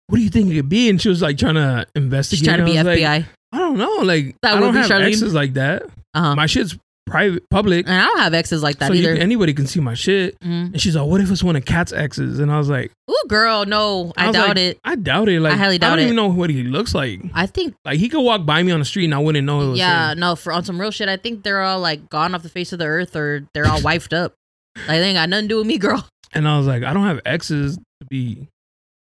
Speaker 1: "What do you think it could be?" And she was like trying to investigate.
Speaker 2: She's trying to be
Speaker 1: I was like,
Speaker 2: FBI.
Speaker 1: I don't know. Like
Speaker 2: That
Speaker 1: I
Speaker 2: would
Speaker 1: don't
Speaker 2: be
Speaker 1: have
Speaker 2: Charlene.
Speaker 1: exes like that.
Speaker 2: uh huh.
Speaker 1: My shit's private, public,
Speaker 2: And I don't have exes like that
Speaker 1: so you,
Speaker 2: either.
Speaker 1: anybody can see my shit.
Speaker 2: Mhm.
Speaker 1: And she's like, "What if it's one of Cat's exes?" And I was like,
Speaker 2: Ooh, girl, no, I,
Speaker 1: was
Speaker 2: doubt
Speaker 1: like,
Speaker 2: it.
Speaker 1: I doubt it. Like
Speaker 2: highly doubt
Speaker 1: don't
Speaker 2: it.
Speaker 1: even know what he looks like.
Speaker 2: I think,
Speaker 1: Like he could walk by me on the street and I wouldn't know it was
Speaker 2: yeah,
Speaker 1: him.
Speaker 2: no, for on some real shit, I think they're all like gone off the face of the earth or they're all wifed up. Like, they ain't got nothing to do with me, girl.
Speaker 1: And I was like, I don't have exes to be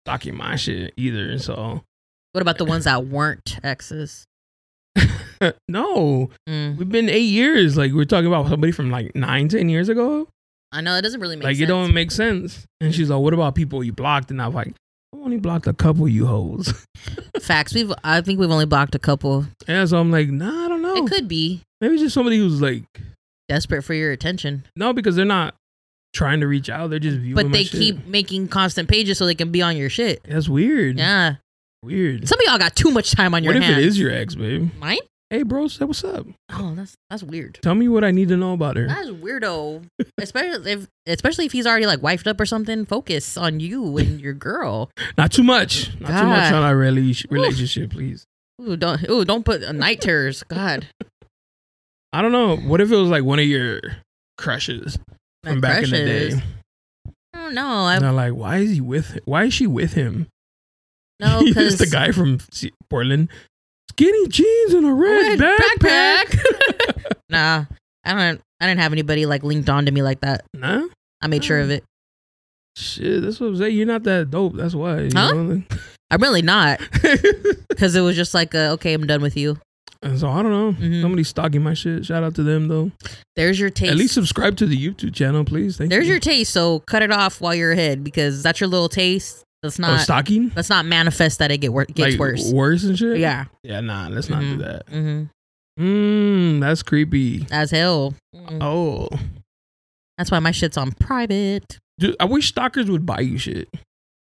Speaker 1: stalking my shit either. So
Speaker 2: What about the ones that weren't exes?
Speaker 1: no,
Speaker 2: Mm.
Speaker 1: we've been eight years. Like we're talking about somebody from like nine, ten years ago.
Speaker 2: I know it doesn't really make
Speaker 1: like
Speaker 2: sense.
Speaker 1: it don't make sense. And she's like, what about people you blocked? And I'm like, I only blocked a couple you hoes.
Speaker 2: Facts. We've, I think we've only blocked a couple.
Speaker 1: And so I'm like, nah, I don't know.
Speaker 2: It could be
Speaker 1: Maybe just somebody who's like,
Speaker 2: desperate for your attention,
Speaker 1: no, because they're not trying to reach out. They're just viewing.
Speaker 2: but
Speaker 1: my
Speaker 2: they
Speaker 1: shit.
Speaker 2: keep making constant pages so they can be on your shit.
Speaker 1: That's weird.
Speaker 2: Yeah,
Speaker 1: Weird.
Speaker 2: some of y'all got too much time on your
Speaker 1: What if
Speaker 2: hands.
Speaker 1: it is your ex, babe?
Speaker 2: mine?
Speaker 1: Hey, bro, say what's up.
Speaker 2: Oh, that's that's weird.
Speaker 1: Tell me what I need to know about her.
Speaker 2: That's weirdo. especially if especially if he's already like wifed up or something. Focus on you and your girl.
Speaker 1: Not too much. Not too much
Speaker 2: God.
Speaker 1: on our rela- relationship, please.
Speaker 2: Ooh, don't ooh, don't put uh, night terrors. God,
Speaker 1: I don't know. What if it was like one of your crushes from
Speaker 2: My
Speaker 1: back in the
Speaker 2: crushes.
Speaker 1: day?
Speaker 2: I don't know.
Speaker 1: And
Speaker 2: I
Speaker 1: they're like, why is he with? Why is she with him?
Speaker 2: no
Speaker 1: he's
Speaker 2: because
Speaker 1: the guy from C- Portland. Skinny jeans and a red, backpack.
Speaker 2: nah, I don't. I didn't have anybody like linked on to me like that.
Speaker 1: Nah,
Speaker 2: I made sure of
Speaker 1: Mm.
Speaker 2: it.
Speaker 1: shit. That's what I'm saying. You're not that dope. That's why. you
Speaker 2: Huh?
Speaker 1: know?
Speaker 2: I'm really not because it was just like, uh, okay, I'm done with you.
Speaker 1: and so I don't know.
Speaker 2: Mhm.
Speaker 1: Somebody's stalking my shit. Shout out to them though.
Speaker 2: There's your taste.
Speaker 1: At least subscribe to the YouTube channel, please. Thank
Speaker 2: There's
Speaker 1: you.
Speaker 2: your taste. So cut it off while you're ahead because that's your little taste. Let's
Speaker 1: oh,
Speaker 2: not.
Speaker 1: stalking.
Speaker 2: Let's not manifest that it get wor- gets
Speaker 1: Like,
Speaker 2: worse.
Speaker 1: Worse and shit.
Speaker 2: Yeah.
Speaker 1: Yeah. Nah. Let's not do that.
Speaker 2: hmm
Speaker 1: Mmm, that's creepy.
Speaker 2: As hell. Mhm.
Speaker 1: Oh.
Speaker 2: That's why my shit's on private.
Speaker 1: Dude, I wish stalkers would buy you shit.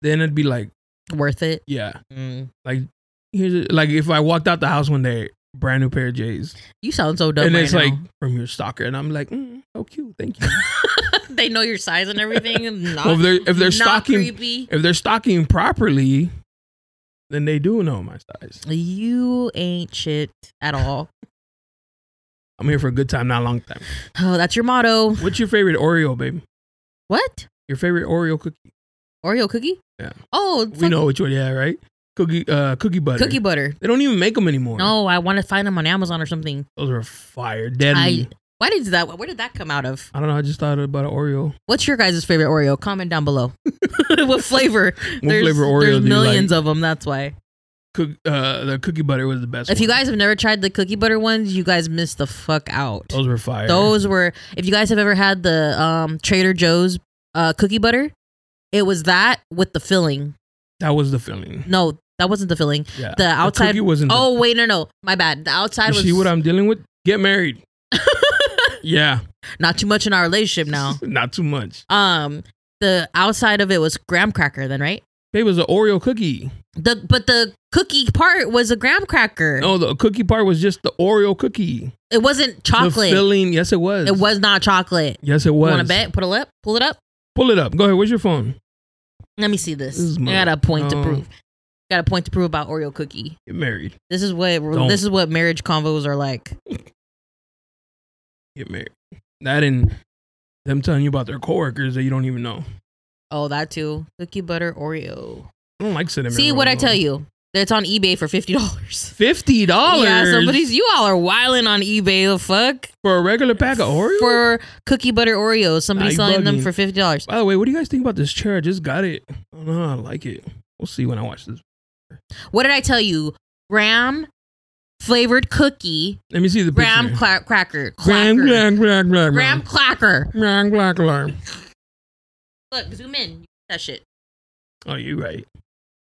Speaker 1: Then it'd be like,
Speaker 2: Worth it.
Speaker 1: yeah.
Speaker 2: Mm.
Speaker 1: Like here's a, like if I walked out the house one day, brand new pair of J's.
Speaker 2: You sound so dumb.
Speaker 1: and
Speaker 2: right
Speaker 1: it's
Speaker 2: now.
Speaker 1: like from your stalker. And I'm like, mm, so cute, thank you.
Speaker 2: they know your size and everything. Not,
Speaker 1: well, if they're if they're
Speaker 2: not
Speaker 1: stalking
Speaker 2: creepy.
Speaker 1: if they're stalking properly, then they do know my size.
Speaker 2: You ain't shit at all.
Speaker 1: I'm here for a good time, not a long time.
Speaker 2: Oh, that's your motto.
Speaker 1: What's your favorite Oreo, babe?
Speaker 2: What?
Speaker 1: Your favorite Oreo cookie?
Speaker 2: Oreo cookie?
Speaker 1: Yeah.
Speaker 2: Oh,
Speaker 1: We know which one, yeah, right? Cookie uh cookie butter.
Speaker 2: cookie butter.
Speaker 1: they don't even make them anymore.
Speaker 2: No, I want to find them on Amazon or something.
Speaker 1: Those are fire. Deadly.
Speaker 2: I. Why did that? Where did that come out of?
Speaker 1: I don't know. I just thought about an Oreo.
Speaker 2: What's your guys' favorite Oreo? Comment down below. what
Speaker 1: What flavor
Speaker 2: flavor?
Speaker 1: Oreo
Speaker 2: There's
Speaker 1: do you
Speaker 2: millions
Speaker 1: like?
Speaker 2: of them. That's why.
Speaker 1: Cook, uh, the cookie butter was the best.
Speaker 2: If you
Speaker 1: one.
Speaker 2: guys have never tried the cookie butter ones, you guys missed the fuck out.
Speaker 1: those were fire.
Speaker 2: Those were if you guys have ever had the um Trader Joe's uh cookie butter, it was that with the filling.
Speaker 1: that was the feeling.
Speaker 2: No, that wasn't the filling.
Speaker 1: Yeah,
Speaker 2: The outside
Speaker 1: cookie wasn't. the-
Speaker 2: Oh wait, no, no. My bad. The outside
Speaker 1: you
Speaker 2: was
Speaker 1: see what I'm dealing with? Get married. yeah,
Speaker 2: not too much in our relationship now.
Speaker 1: not too much.
Speaker 2: um the outside of it was graham cracker then, right?
Speaker 1: It was an Oreo cookie.
Speaker 2: The but the cookie part was a graham cracker.
Speaker 1: No, the cookie part was just the Oreo cookie.
Speaker 2: It wasn't
Speaker 1: The
Speaker 2: chocolate.
Speaker 1: filling. Yes, it was.
Speaker 2: It was not chocolate.
Speaker 1: Yes, it
Speaker 2: You
Speaker 1: was.
Speaker 2: want to bet? Put a lip? Pull it up?
Speaker 1: Pull it up. Go ahead. Where's your phone?
Speaker 2: Let me see this.
Speaker 1: This is
Speaker 2: I
Speaker 1: my-
Speaker 2: got a point to
Speaker 1: um,
Speaker 2: prove. Got a point to prove about Oreo cookie.
Speaker 1: Get married.
Speaker 2: This is what
Speaker 1: Don't.
Speaker 2: this is what marriage convos are like.
Speaker 1: Get married. That and them telling you about their coworkers that you don't even know.
Speaker 2: Oh, that too. Cookie butter Oreo.
Speaker 1: I don't like cinnamon.
Speaker 2: See what I
Speaker 1: rolls,
Speaker 2: tell
Speaker 1: though.
Speaker 2: you. It's on eBay for fifty dollars.
Speaker 1: Fifty dollars.
Speaker 2: Yeah, somebody's. You all are wiling on eBay. The fuck
Speaker 1: for a regular pack of Oreos.
Speaker 2: for cookie butter Oreos. Somebody's
Speaker 1: you
Speaker 2: selling them
Speaker 1: bugging.
Speaker 2: for fifty dollars.
Speaker 1: By the way, what do you guys think about this chair? I just got it. I don't know. I like it. We'll see when I watch this.
Speaker 2: What did I tell you? Graham flavored cookie.
Speaker 1: Let me see the picture.
Speaker 2: Graham cla- cracker.
Speaker 1: Graham, Graham,
Speaker 2: Clacker.
Speaker 1: Graham, Graham,
Speaker 2: Graham
Speaker 1: Graham,
Speaker 2: clacker.
Speaker 1: Graham, Graham, Graham.
Speaker 2: Look, zoom in. That shit.
Speaker 1: Oh, you right.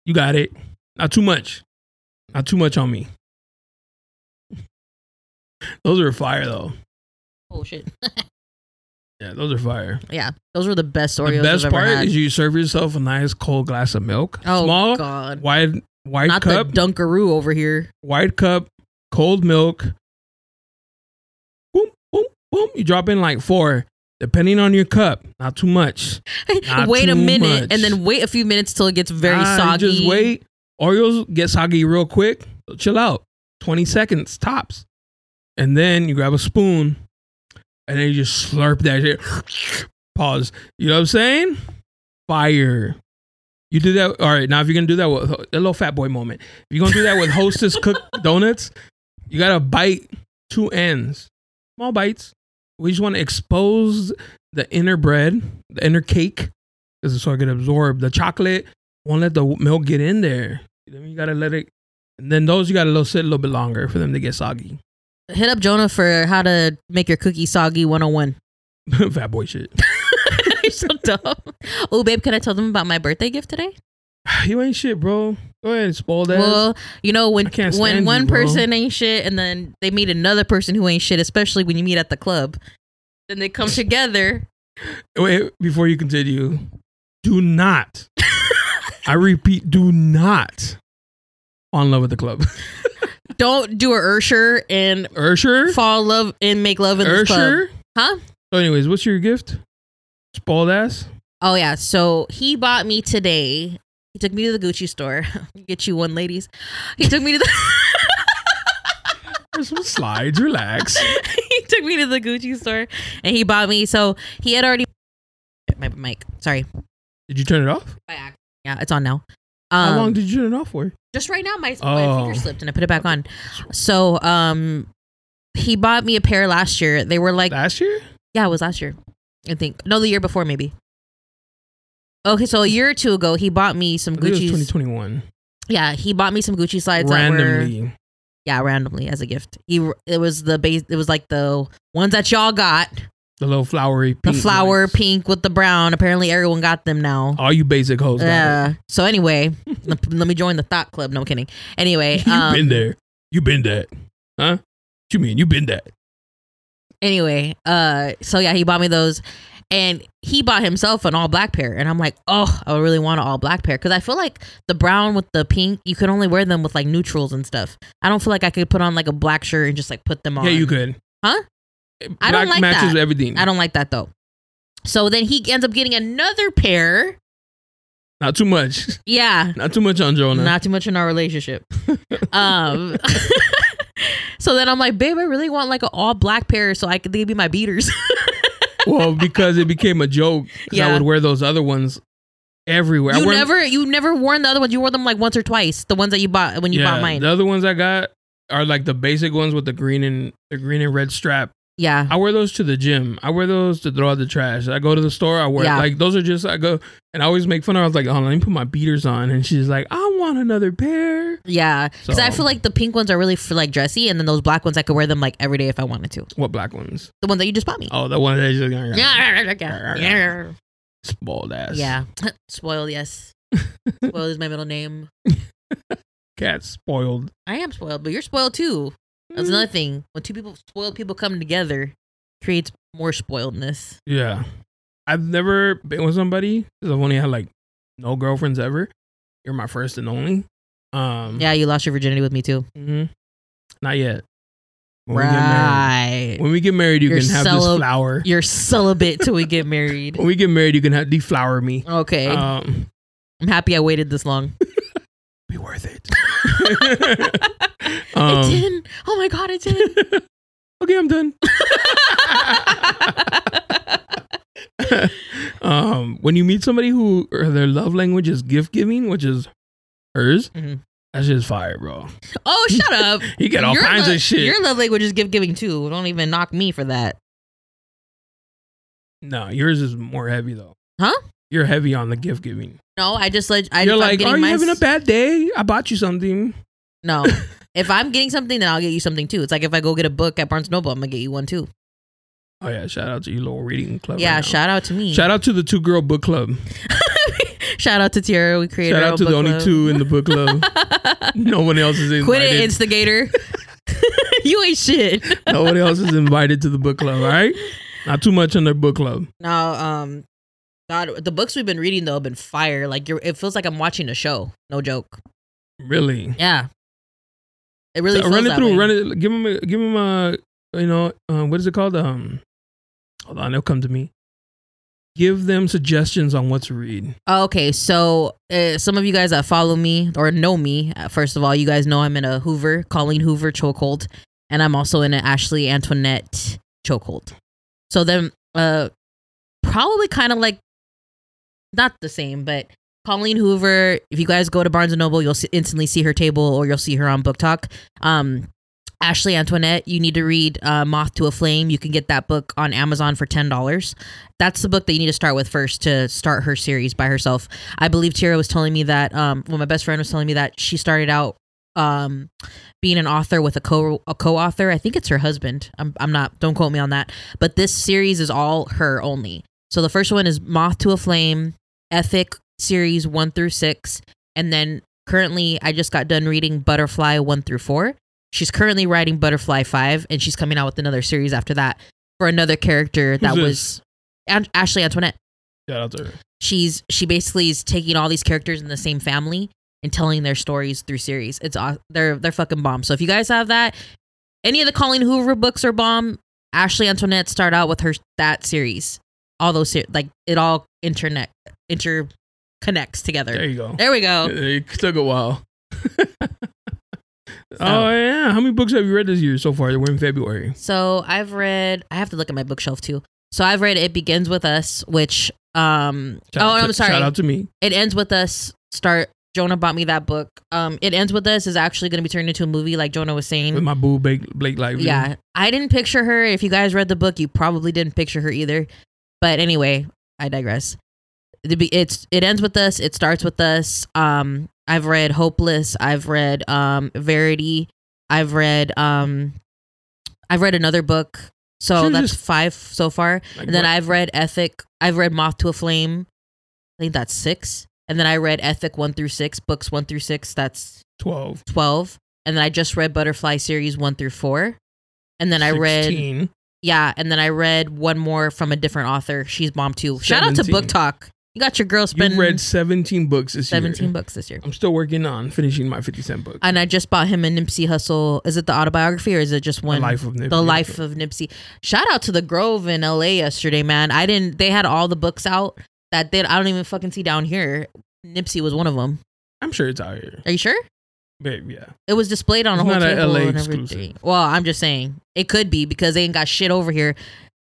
Speaker 1: You got it. Not too much. Not too much on me. Those are fire though.
Speaker 2: Oh shit.
Speaker 1: Yeah, those are fire.
Speaker 2: Yeah, those were the best Oreos.
Speaker 1: the best
Speaker 2: I've ever
Speaker 1: part
Speaker 2: had.
Speaker 1: is you serve yourself a nice cold glass of milk.
Speaker 2: oh
Speaker 1: Small,
Speaker 2: god,
Speaker 1: wide, wide
Speaker 2: not
Speaker 1: cup,
Speaker 2: the Dunkaroo over here.
Speaker 1: wide cup, cold milk. Boom, boom, boom. You drop in like four, depending on your cup. Not too much. Not
Speaker 2: wait a
Speaker 1: too
Speaker 2: minute,
Speaker 1: much.
Speaker 2: and then wait a few minutes till it gets very
Speaker 1: Ah, you
Speaker 2: soggy.
Speaker 1: Just wait. Oreos get soggy real quick. So chill out. 20 seconds tops. And then you grab a spoon and then you just slurp that shit. Pause. You know what I'm saying? Fire. You do that. All right. Now, if you're going to do that with a little fat boy moment, if you're going to do that with hostess cooked donuts, you got to bite two ends, small bites. We just want to expose the inner bread, the inner cake, because so I can absorb the chocolate won't let the w- milk get in there. Then you gotta let it, and then those you gotta let sit a little bit longer for them to get soggy.
Speaker 2: Hit up Jonah for how to make your cookie soggy 101.
Speaker 1: Fat boy shit.
Speaker 2: You're so dumb. Oh, babe, can I tell them about my birthday gift today?
Speaker 1: you ain't shit, bro. Go ahead and spoil that.
Speaker 2: Well, you know when
Speaker 1: I can't
Speaker 2: when
Speaker 1: stand
Speaker 2: one
Speaker 1: you, bro.
Speaker 2: person ain't shit, and then they meet another person who ain't shit, especially when you meet at the club, then they come together.
Speaker 1: Wait before you continue. Do not. I repeat, do not. Fall in love with the club.
Speaker 2: Don't do a Ursher and
Speaker 1: Ursher.
Speaker 2: fall in love and make love in the club,
Speaker 1: Ursher.
Speaker 2: huh?
Speaker 1: So, anyways, what's your gift? Spoiled ass.
Speaker 2: Oh yeah, so he bought me today. He took me to the Gucci store. Get you one, ladies. He took me to the
Speaker 1: There's some slides. Relax.
Speaker 2: he took me to the Gucci store, and he bought me. So he had already my mic. Sorry,
Speaker 1: Did you turn it off?
Speaker 2: by accident. Yeah, it's on now.
Speaker 1: How
Speaker 2: Um,
Speaker 1: long did you turn it off for?
Speaker 2: just right now, my, my
Speaker 1: Oh.
Speaker 2: finger slipped, and I put it back on. So um, he bought me a pair last year. They were like
Speaker 1: Last year.
Speaker 2: Yeah, it was last year. I think. No, the year before maybe. Okay, so a year or two ago, he bought me some
Speaker 1: I think it was
Speaker 2: Gucci.
Speaker 1: 2021.
Speaker 2: Yeah, he bought me some Gucci slides. That were,
Speaker 1: Randomly.
Speaker 2: yeah, randomly as a gift. He it was the base. It was like the ones that y'all got.
Speaker 1: The little flowery
Speaker 2: The
Speaker 1: pink
Speaker 2: flower
Speaker 1: ones. Oh,
Speaker 2: pink with the brown. Apparently, everyone got them now.
Speaker 1: All you basic hoes. Yeah.
Speaker 2: Yeah. so anyway, let, let me join the thought club. No I'm kidding. Anyway,
Speaker 1: you
Speaker 2: um,
Speaker 1: been there. You been that. Huh? What you mean you been that?
Speaker 2: anyway, uh, so yeah, he bought me those, and he bought himself an all black pair, and I'm like, oh, I really want an all black pair because I feel like the brown with the pink, you could only wear them with like neutrals and stuff. I don't feel like I could put on like a black shirt and just like put them on.
Speaker 1: Yeah, you could.
Speaker 2: Huh?
Speaker 1: Black
Speaker 2: I don't like
Speaker 1: matches
Speaker 2: that.
Speaker 1: everything.
Speaker 2: I don't like that though. So then he ends up getting another pair.
Speaker 1: Not too much.
Speaker 2: Yeah,
Speaker 1: Not too much on Jonah.
Speaker 2: not too much in our relationship. um. So then I'm like, babe, I really want like an all black pair so I could they be my beaters.
Speaker 1: well, because it became a joke. 'cause
Speaker 2: Yeah.
Speaker 1: I would wear those other ones everywhere. I
Speaker 2: You
Speaker 1: wear-
Speaker 2: never you never worn the other ones. You wore them like once or twice. The ones that you bought when you
Speaker 1: yeah,
Speaker 2: bought mine.
Speaker 1: The other ones I got are like the basic ones with the green and the green and red strap.
Speaker 2: yeah.
Speaker 1: I wear those to the gym. I wear those to throw out the trash. I go to the store. I wear
Speaker 2: Yeah.
Speaker 1: like those are just I go and I always make fun of. her. I was like, oh, let me put my beaters on, and she's like, I want another pair.
Speaker 2: Yeah. Because I
Speaker 1: So-
Speaker 2: feel like the pink ones are really for like dressy and then those black ones I could wear them like every day if I wanted to.
Speaker 1: What black ones?
Speaker 2: The ones that you just bought me.
Speaker 1: Oh, the one that just
Speaker 2: Yeah. Yeah.
Speaker 1: spoiled ass.
Speaker 2: Yeah. Spoiled, yes. Spoiled is my middle name.
Speaker 1: cat spoiled.
Speaker 2: I am spoiled, but you're spoiled too.
Speaker 1: Mm.
Speaker 2: That's another thing. When two people spoiled people come together, creates more spoiledness.
Speaker 1: Yeah, I've never been with somebody because I've only had like no girlfriends ever. You're my first and only. Um,
Speaker 2: Yeah, you lost your virginity with me too.
Speaker 1: mhm. not yet. When we get married,
Speaker 2: Right.
Speaker 1: when we get married, you
Speaker 2: You're
Speaker 1: can have
Speaker 2: celib-
Speaker 1: this flower.
Speaker 2: You're celibate till we get married.
Speaker 1: When we get married, you can have deflower me.
Speaker 2: Okay.
Speaker 1: Um,
Speaker 2: I'm happy I waited this long.
Speaker 1: Be worth it.
Speaker 2: it
Speaker 1: Um,
Speaker 2: did. Oh my god, it did.
Speaker 1: okay, I'm done. um, when you meet somebody who or their love language is gift giving, which is hers,
Speaker 2: Mhm.
Speaker 1: that's just fire, bro.
Speaker 2: oh, shut up.
Speaker 1: You get all
Speaker 2: Your
Speaker 1: kinds
Speaker 2: lo-
Speaker 1: of shit.
Speaker 2: Your love language is gift giving too. Don't even knock me for that.
Speaker 1: no, yours is more heavy though.
Speaker 2: Huh?
Speaker 1: You're heavy on the gift giving.
Speaker 2: No, I just like I,
Speaker 1: You're
Speaker 2: if I'm
Speaker 1: like,
Speaker 2: getting
Speaker 1: are you
Speaker 2: my-
Speaker 1: having a bad day? I bought you something.
Speaker 2: No. if I'm getting something, then I'll get you something too. It's like if I go get a book at Barnes Noble, I'm gonna get you one too.
Speaker 1: Oh yeah, shout out to you, little reading club.
Speaker 2: yeah,
Speaker 1: right now.
Speaker 2: shout out to me.
Speaker 1: Shout out to the two girl book club.
Speaker 2: Shout out to Tierra. We created
Speaker 1: Shout
Speaker 2: our
Speaker 1: out to the
Speaker 2: book
Speaker 1: only
Speaker 2: club.
Speaker 1: two in the book club. no one else is invited.
Speaker 2: Quit it, instigator. you ain't shit.
Speaker 1: no one else is invited to the book club. All right, not too much on their book club.
Speaker 2: No, um, God, the books we've been reading though have been fire. Like you're, it feels like I'm watching a show. No joke.
Speaker 1: Really,
Speaker 2: Yeah, it really.
Speaker 1: So
Speaker 2: feels
Speaker 1: run it
Speaker 2: that
Speaker 1: through.
Speaker 2: way.
Speaker 1: Run it. Give him. A, give him a. You know, uh, what is it called? Um, hold on, it'll come to me. Give them suggestions on what to read.
Speaker 2: Oh, Okay, so uh, some of you guys that follow me or know me, uh, first of all, you guys know I'm in a Hoover, Colleen Hoover chokehold, and I'm also in an Ashley Antoinette chokehold. So then, uh, probably kind of like not the same, but Colleen Hoover. If you guys go to Barnes and Noble, you'll see, instantly see her table, or you'll see her on Book Talk. Um, Ashley Antoinette, you need to read uh, Moth to a Flame. You can get that book on Amazon for ten dollars that's the book that you need to start with first to start her series by herself. I believe Tira was telling me that um when my best friend was telling me that she started out um being an author with a co a co-author. I think it's her husband. I'm I'm not don't quote me on that. But this series is all her only. So the first one is Moth to a Flame, Ethic series 1 through 6, and then currently I just got done reading Butterfly 1 through 4. She's currently writing Butterfly 5 and she's coming out with another series after that for another character that
Speaker 1: this?
Speaker 2: was and Ashley Antoinette.
Speaker 1: Shout out to her.
Speaker 2: She's she basically is taking all these characters in the same family and telling their stories through series. It's aw- they're they're fucking bomb. So if you guys have that, any of the Colleen Hoover books are bomb. Ashley Antoinette start out with her that series. All those ser- like it all internet interconnects together.
Speaker 1: There
Speaker 2: There,
Speaker 1: you go.
Speaker 2: we go.
Speaker 1: It took a while. oh yeah, how many books have you read this year so far? We're in February.
Speaker 2: So I've read. I have to look at my bookshelf too. So I've read It Begins with Us, which um
Speaker 1: Shout
Speaker 2: oh
Speaker 1: out to-
Speaker 2: I'm sorry.
Speaker 1: Shout out to me.
Speaker 2: it ends with us start jonah bought me that book um it ends with us is actually going to be turned into a movie like jonah was
Speaker 1: with
Speaker 2: saying
Speaker 1: my boo Blake, Blake Lively.
Speaker 2: Mm-hmm. yeah i didn't picture her if you guys read the book you probably didn't picture her either but anyway i digress The be- it's it ends with us it starts with us um i've read hopeless i've read um verity i've read um i've read another book so
Speaker 1: Should
Speaker 2: that's
Speaker 1: just-
Speaker 2: five so far
Speaker 1: Like,
Speaker 2: and then
Speaker 1: what-
Speaker 2: I've read Ethic. I've read Moth to a Flame. I think that's six. And then I read Ethic one through six, books one through six. That's
Speaker 1: twelve.
Speaker 2: twelve. And then I just read Butterfly series one through four. And then I read
Speaker 1: 16.
Speaker 2: yeah. And then I read one more from a different author. She's mom too. Shout out to
Speaker 1: 17.
Speaker 2: Book Talk. You got your girl
Speaker 1: You
Speaker 2: spending
Speaker 1: read seventeen books this
Speaker 2: seventeen
Speaker 1: year.
Speaker 2: books this year.
Speaker 1: I'm still working on finishing my fifty cent book.
Speaker 2: And I just bought him a Nipsey Hustle. Is it the autobiography or is it just one?
Speaker 1: the life of Nipsey.
Speaker 2: the life of Nipsey. Shout out to the Grove in LA yesterday, man. I didn't. They had all the books out that they. I don't even fucking see down here. Nipsey was one of them.
Speaker 1: I'm sure it's out here,
Speaker 2: Are you sure?
Speaker 1: babe. Yeah,
Speaker 2: It was displayed on a
Speaker 1: It's
Speaker 2: whole
Speaker 1: not a
Speaker 2: table
Speaker 1: LA
Speaker 2: and everything.
Speaker 1: exclusive.
Speaker 2: Well, I'm just saying it could be because they ain't got shit over here.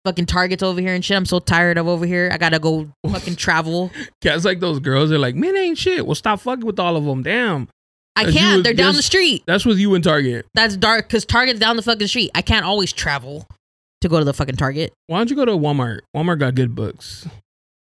Speaker 2: Fucking Targets over here and shit. I'm so tired of over here. I gotta go fucking travel.
Speaker 1: cats like those girls. They're like, men ain't shit. Well, stop fucking with all of them. Damn,
Speaker 2: I
Speaker 1: As you
Speaker 2: can't.
Speaker 1: would
Speaker 2: They're down the
Speaker 1: guess-
Speaker 2: street.
Speaker 1: that's with you and Target.
Speaker 2: That's dark because Target's down the fucking street. I can't always travel to go to the fucking Target.
Speaker 1: Why don't you go to Walmart? Walmart got good books.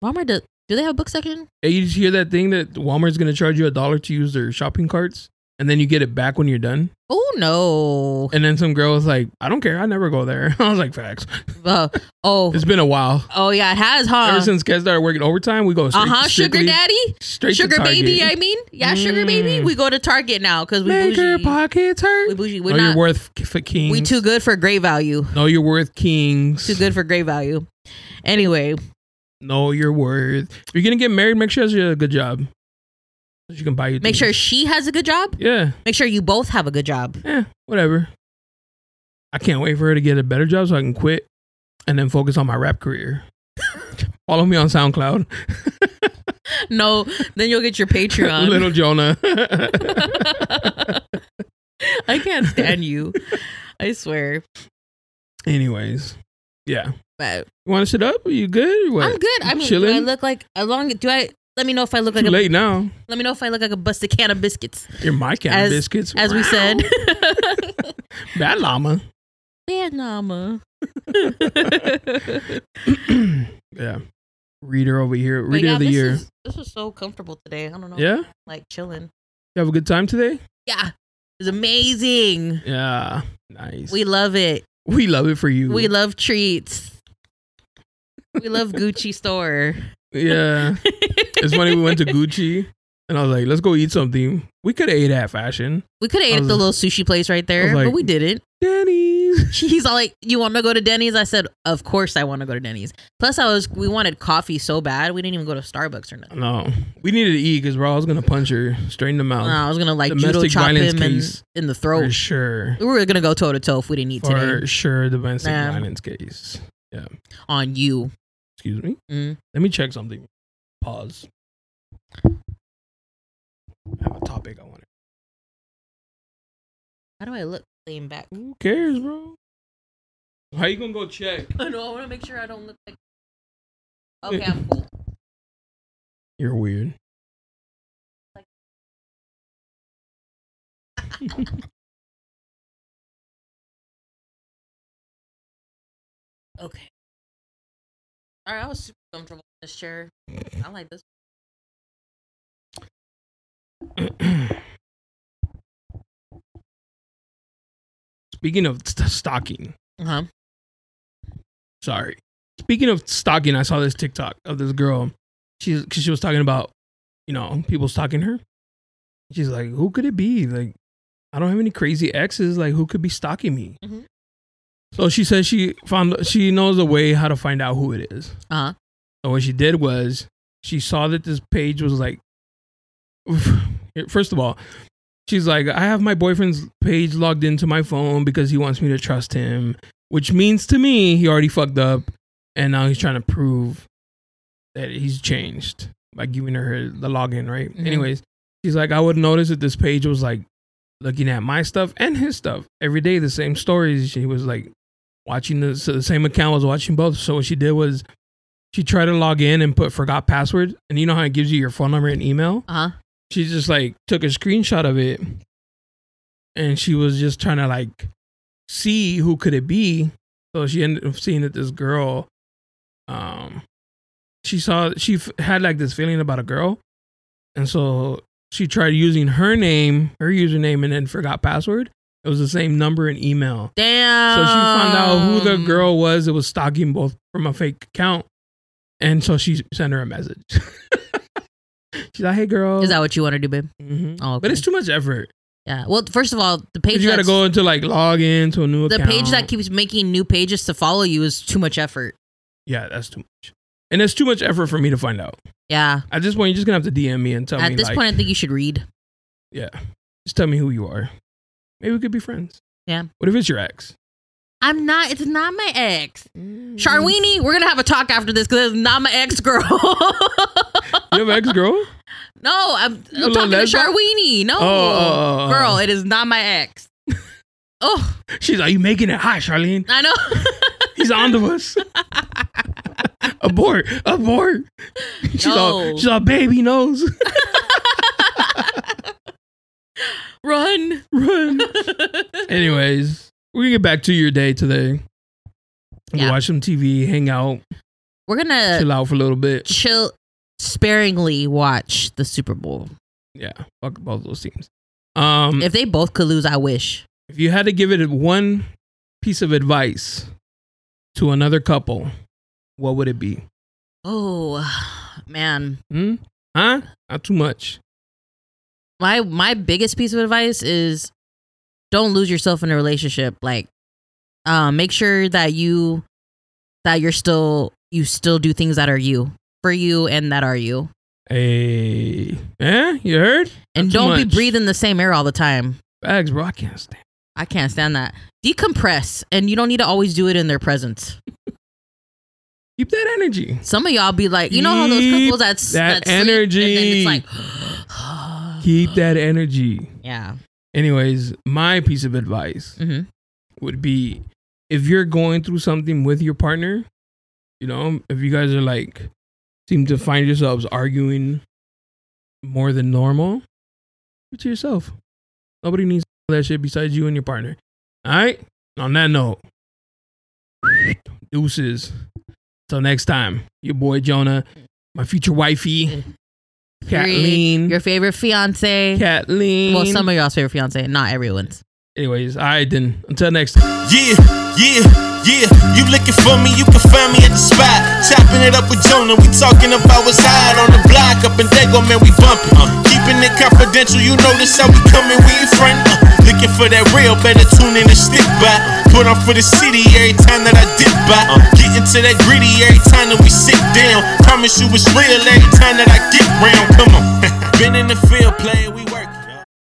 Speaker 2: Walmart do, do they have a book section?
Speaker 1: Hey, you just hear that thing that Walmart's gonna charge you a dollar to use their shopping carts, and then you get it back when you're done.
Speaker 2: Oh no.
Speaker 1: And then some girl was like, I don't care. I never go there. I was like, facts.
Speaker 2: Uh, oh,
Speaker 1: It's been a while.
Speaker 2: oh yeah, it has, huh?
Speaker 1: Ever since Cat started working overtime, we go straight,
Speaker 2: Uh huh. Sugar
Speaker 1: strictly-
Speaker 2: daddy,
Speaker 1: straight to
Speaker 2: sugar baby. I
Speaker 1: Target.
Speaker 2: mean, yeah, sugar baby.
Speaker 1: Mm.
Speaker 2: We go to Target now because we
Speaker 1: Make your
Speaker 2: bougie.
Speaker 1: pockets hurt.
Speaker 2: We bougie.
Speaker 1: know
Speaker 2: We're
Speaker 1: your
Speaker 2: not.
Speaker 1: worth k- for kings.
Speaker 2: We too good for gray value.
Speaker 1: Know your worth, kings.
Speaker 2: Too good for gray value. Anyway,
Speaker 1: Know your worth. If you're gonna get married, make sure she has a good job. So she can buy you.
Speaker 2: make
Speaker 1: things.
Speaker 2: sure she has a good job.
Speaker 1: yeah.
Speaker 2: Make sure you both have a good job.
Speaker 1: Yeah. Whatever. I can't wait for her to get a better job so I can quit and then focus on my rap career. Follow me on SoundCloud.
Speaker 2: no, then you'll get your Patreon.
Speaker 1: Little Jonah.
Speaker 2: I can't stand you. I swear.
Speaker 1: Anyways, yeah.
Speaker 2: But
Speaker 1: You want to sit up? Are you good? Or what?
Speaker 2: I'm good. I'm
Speaker 1: chilling.
Speaker 2: Do I look like a long? Do I? Let me know if I look
Speaker 1: Too
Speaker 2: like a.
Speaker 1: late now.
Speaker 2: Let me know if I look like a busted can of biscuits,
Speaker 1: You're my cat
Speaker 2: As-
Speaker 1: biscuits.
Speaker 2: as we said.
Speaker 1: That llama.
Speaker 2: Bad mama.
Speaker 1: yeah. Reader over here. Reader of the
Speaker 2: this
Speaker 1: year.
Speaker 2: Is, this was so comfortable today. I don't know.
Speaker 1: yeah.
Speaker 2: Like chilling.
Speaker 1: You have a good time today?
Speaker 2: Yeah. It's amazing.
Speaker 1: Yeah. Nice.
Speaker 2: We
Speaker 1: We,
Speaker 2: love it.
Speaker 1: love it for you.
Speaker 2: We love treats. We love Gucci store.
Speaker 1: Yeah. it's funny. We went to Gucci and I was like, let's go eat something. We could have ate at fashion.
Speaker 2: We could have
Speaker 1: I
Speaker 2: ate at
Speaker 1: was-
Speaker 2: the little sushi place right
Speaker 1: I
Speaker 2: there,
Speaker 1: was
Speaker 2: but
Speaker 1: like-
Speaker 2: we didn't.
Speaker 1: Denny's.
Speaker 2: He's all like, "You want to go to Denny's?" I said, "Of course I want to go to Denny's." Plus, I was we wanted coffee so bad we didn't even go to Starbucks or nothing.
Speaker 1: No. We needed to eat because bro, I was going to punch her straight in the mouth.
Speaker 2: No, I was gonna like judo
Speaker 1: Domestic
Speaker 2: chop
Speaker 1: violence
Speaker 2: him in,
Speaker 1: case.
Speaker 2: in the
Speaker 1: For
Speaker 2: throat.
Speaker 1: sure.
Speaker 2: We were gonna go toe to toe if we didn't eat
Speaker 1: For
Speaker 2: today
Speaker 1: sure. The domestic
Speaker 2: Nah.
Speaker 1: violence case.
Speaker 2: on you.
Speaker 1: Excuse me.
Speaker 2: Mm.
Speaker 1: Let me check something. Pause. I have a topic I want to.
Speaker 2: How do I look? Lean back.
Speaker 1: Who cares, bro? How you gonna go check?
Speaker 2: I know. I want to make sure I don't look like. Okay, I'm cool.
Speaker 1: You're weird.
Speaker 2: Okay. All right, I was super comfortable in this chair. I like this.
Speaker 1: Speaking of st- stalking,
Speaker 2: Uh huh.
Speaker 1: sorry. Speaking of stalking, I saw this TikTok of this girl. She's cause she was talking about, you know, people stalking her. She's like, who could it be? Like, I don't have any crazy exes. Like, who could be stalking me?
Speaker 2: Mhm.
Speaker 1: So she says she found she knows a way how to find out who it is.
Speaker 2: Uh huh.
Speaker 1: So what she did was she saw that this page was like first of all, she's like, I have my boyfriend's page logged into my phone because he wants me to trust him, which means to me he already fucked up and now he's trying to prove that he's changed by giving her the login, right?
Speaker 2: Mhm.
Speaker 1: Anyways, she's like, I would notice that this page was like looking at my stuff and his stuff every day, the same stories. She was like watching the, so the same account, was watching both. So what she did was she tried to log in and put forgot password. And you know how it gives you your phone number and email?
Speaker 2: Uh huh.
Speaker 1: she just like took a screenshot of it and she was just trying to like see who could it be so she ended up seeing that this girl um she saw she f- had like this feeling about a girl and so she tried using her name her username and then forgot password it was the same number and email
Speaker 2: Damn.
Speaker 1: so she found out who
Speaker 2: Um.
Speaker 1: the girl was that was stalking both from a fake account and so she sent her a message she's like hey girl
Speaker 2: Is that what you want to do, babe?
Speaker 1: Mhm.
Speaker 2: Oh,
Speaker 1: But
Speaker 2: okay.
Speaker 1: it's too much effort.
Speaker 2: Yeah. Well, first of all, the page
Speaker 1: You gotta
Speaker 2: that's-
Speaker 1: go into like log into a new
Speaker 2: the
Speaker 1: account.
Speaker 2: page that keeps making new pages to follow you is too much effort.
Speaker 1: yeah, that's too much, and it's too much effort for me to find out.
Speaker 2: Yeah.
Speaker 1: At this point, you're just gonna have to DM me and tell me.
Speaker 2: At this
Speaker 1: like,
Speaker 2: point, I think you should read.
Speaker 1: yeah, just tell me who you are. Maybe we could be friends.
Speaker 2: Yeah.
Speaker 1: What if it's your ex?
Speaker 2: I'm not. It's not my ex, Charweenie. We're gonna have a talk after this because it's not my ex girl.
Speaker 1: You have an ex girl?
Speaker 2: no, I'm,
Speaker 1: You a
Speaker 2: I'm
Speaker 1: little
Speaker 2: talking to
Speaker 1: lesbo?
Speaker 2: Charweenie. No,
Speaker 1: Oh, oh, oh, oh.
Speaker 2: girl, it is not my ex. oh,
Speaker 1: She's like, you making it hot, Charlene.
Speaker 2: I know.
Speaker 1: He's on to us. abort, abort. She's all,
Speaker 2: No.
Speaker 1: she's all, baby knows.
Speaker 2: Run.
Speaker 1: Run. Anyways, we're gonna get back to your day today.
Speaker 2: Yeah. Uh,
Speaker 1: Watch some TV, hang out,
Speaker 2: We're gonna
Speaker 1: chill out for a little bit.
Speaker 2: chill sparingly. Watch the Super Bowl.
Speaker 1: Yeah, fuck both those teams. Um, if,
Speaker 2: If they both could lose, I wish.
Speaker 1: you had to give it one piece of advice to another couple, what would it be?
Speaker 2: Oh man.
Speaker 1: Hmm? Huh? Not too much.
Speaker 2: my my biggest piece of advice is don't lose yourself in a relationship like um make sure that you that you're still you still do things that are you for you and that are you
Speaker 1: Hey, eh? You heard?
Speaker 2: and
Speaker 1: Not too
Speaker 2: don't be
Speaker 1: much.
Speaker 2: breathing the same air all the time
Speaker 1: Bags, bro. I can't stand.
Speaker 2: i can't stand that decompress and you don't need to always do it in their presence
Speaker 1: Keep that energy.
Speaker 2: Some of y'all be like, you know how those
Speaker 1: Keep
Speaker 2: couples that's
Speaker 1: that
Speaker 2: and then
Speaker 1: energy.
Speaker 2: it's like, uh-huh.
Speaker 1: Keep that energy.
Speaker 2: yeah,
Speaker 1: Anyways, my piece of advice
Speaker 2: Mhm.
Speaker 1: would be if you're going through something with your partner, you know, if you guys are like seem to find yourselves arguing more than normal, keep it to yourself. Nobody needs all that shit besides you and your partner. All right? On that note, deuces. Till next time, your boy Jonah, my future wifey, Kathleen.
Speaker 2: your favorite fiance.
Speaker 1: Kathleen.
Speaker 2: Well, some of y'all's favorite fiance, not everyone's.
Speaker 1: Anyways, all right then. Until next
Speaker 6: Yeah, yeah, yeah. You looking for me, you can find me at the spot. Chopping it up with Jonah, we talking about what's hot on the block. Up in Dago, man, we bumping. Uh, keeping it confidential, you notice how we coming, we in front. Uh, looking for that real, better tune in and stick by. Put on for the city every time that I dip by. Uh, getting to that gritty every time that we sit down. Promise you it's real every time that I get round. Come on. Been in the field playing, we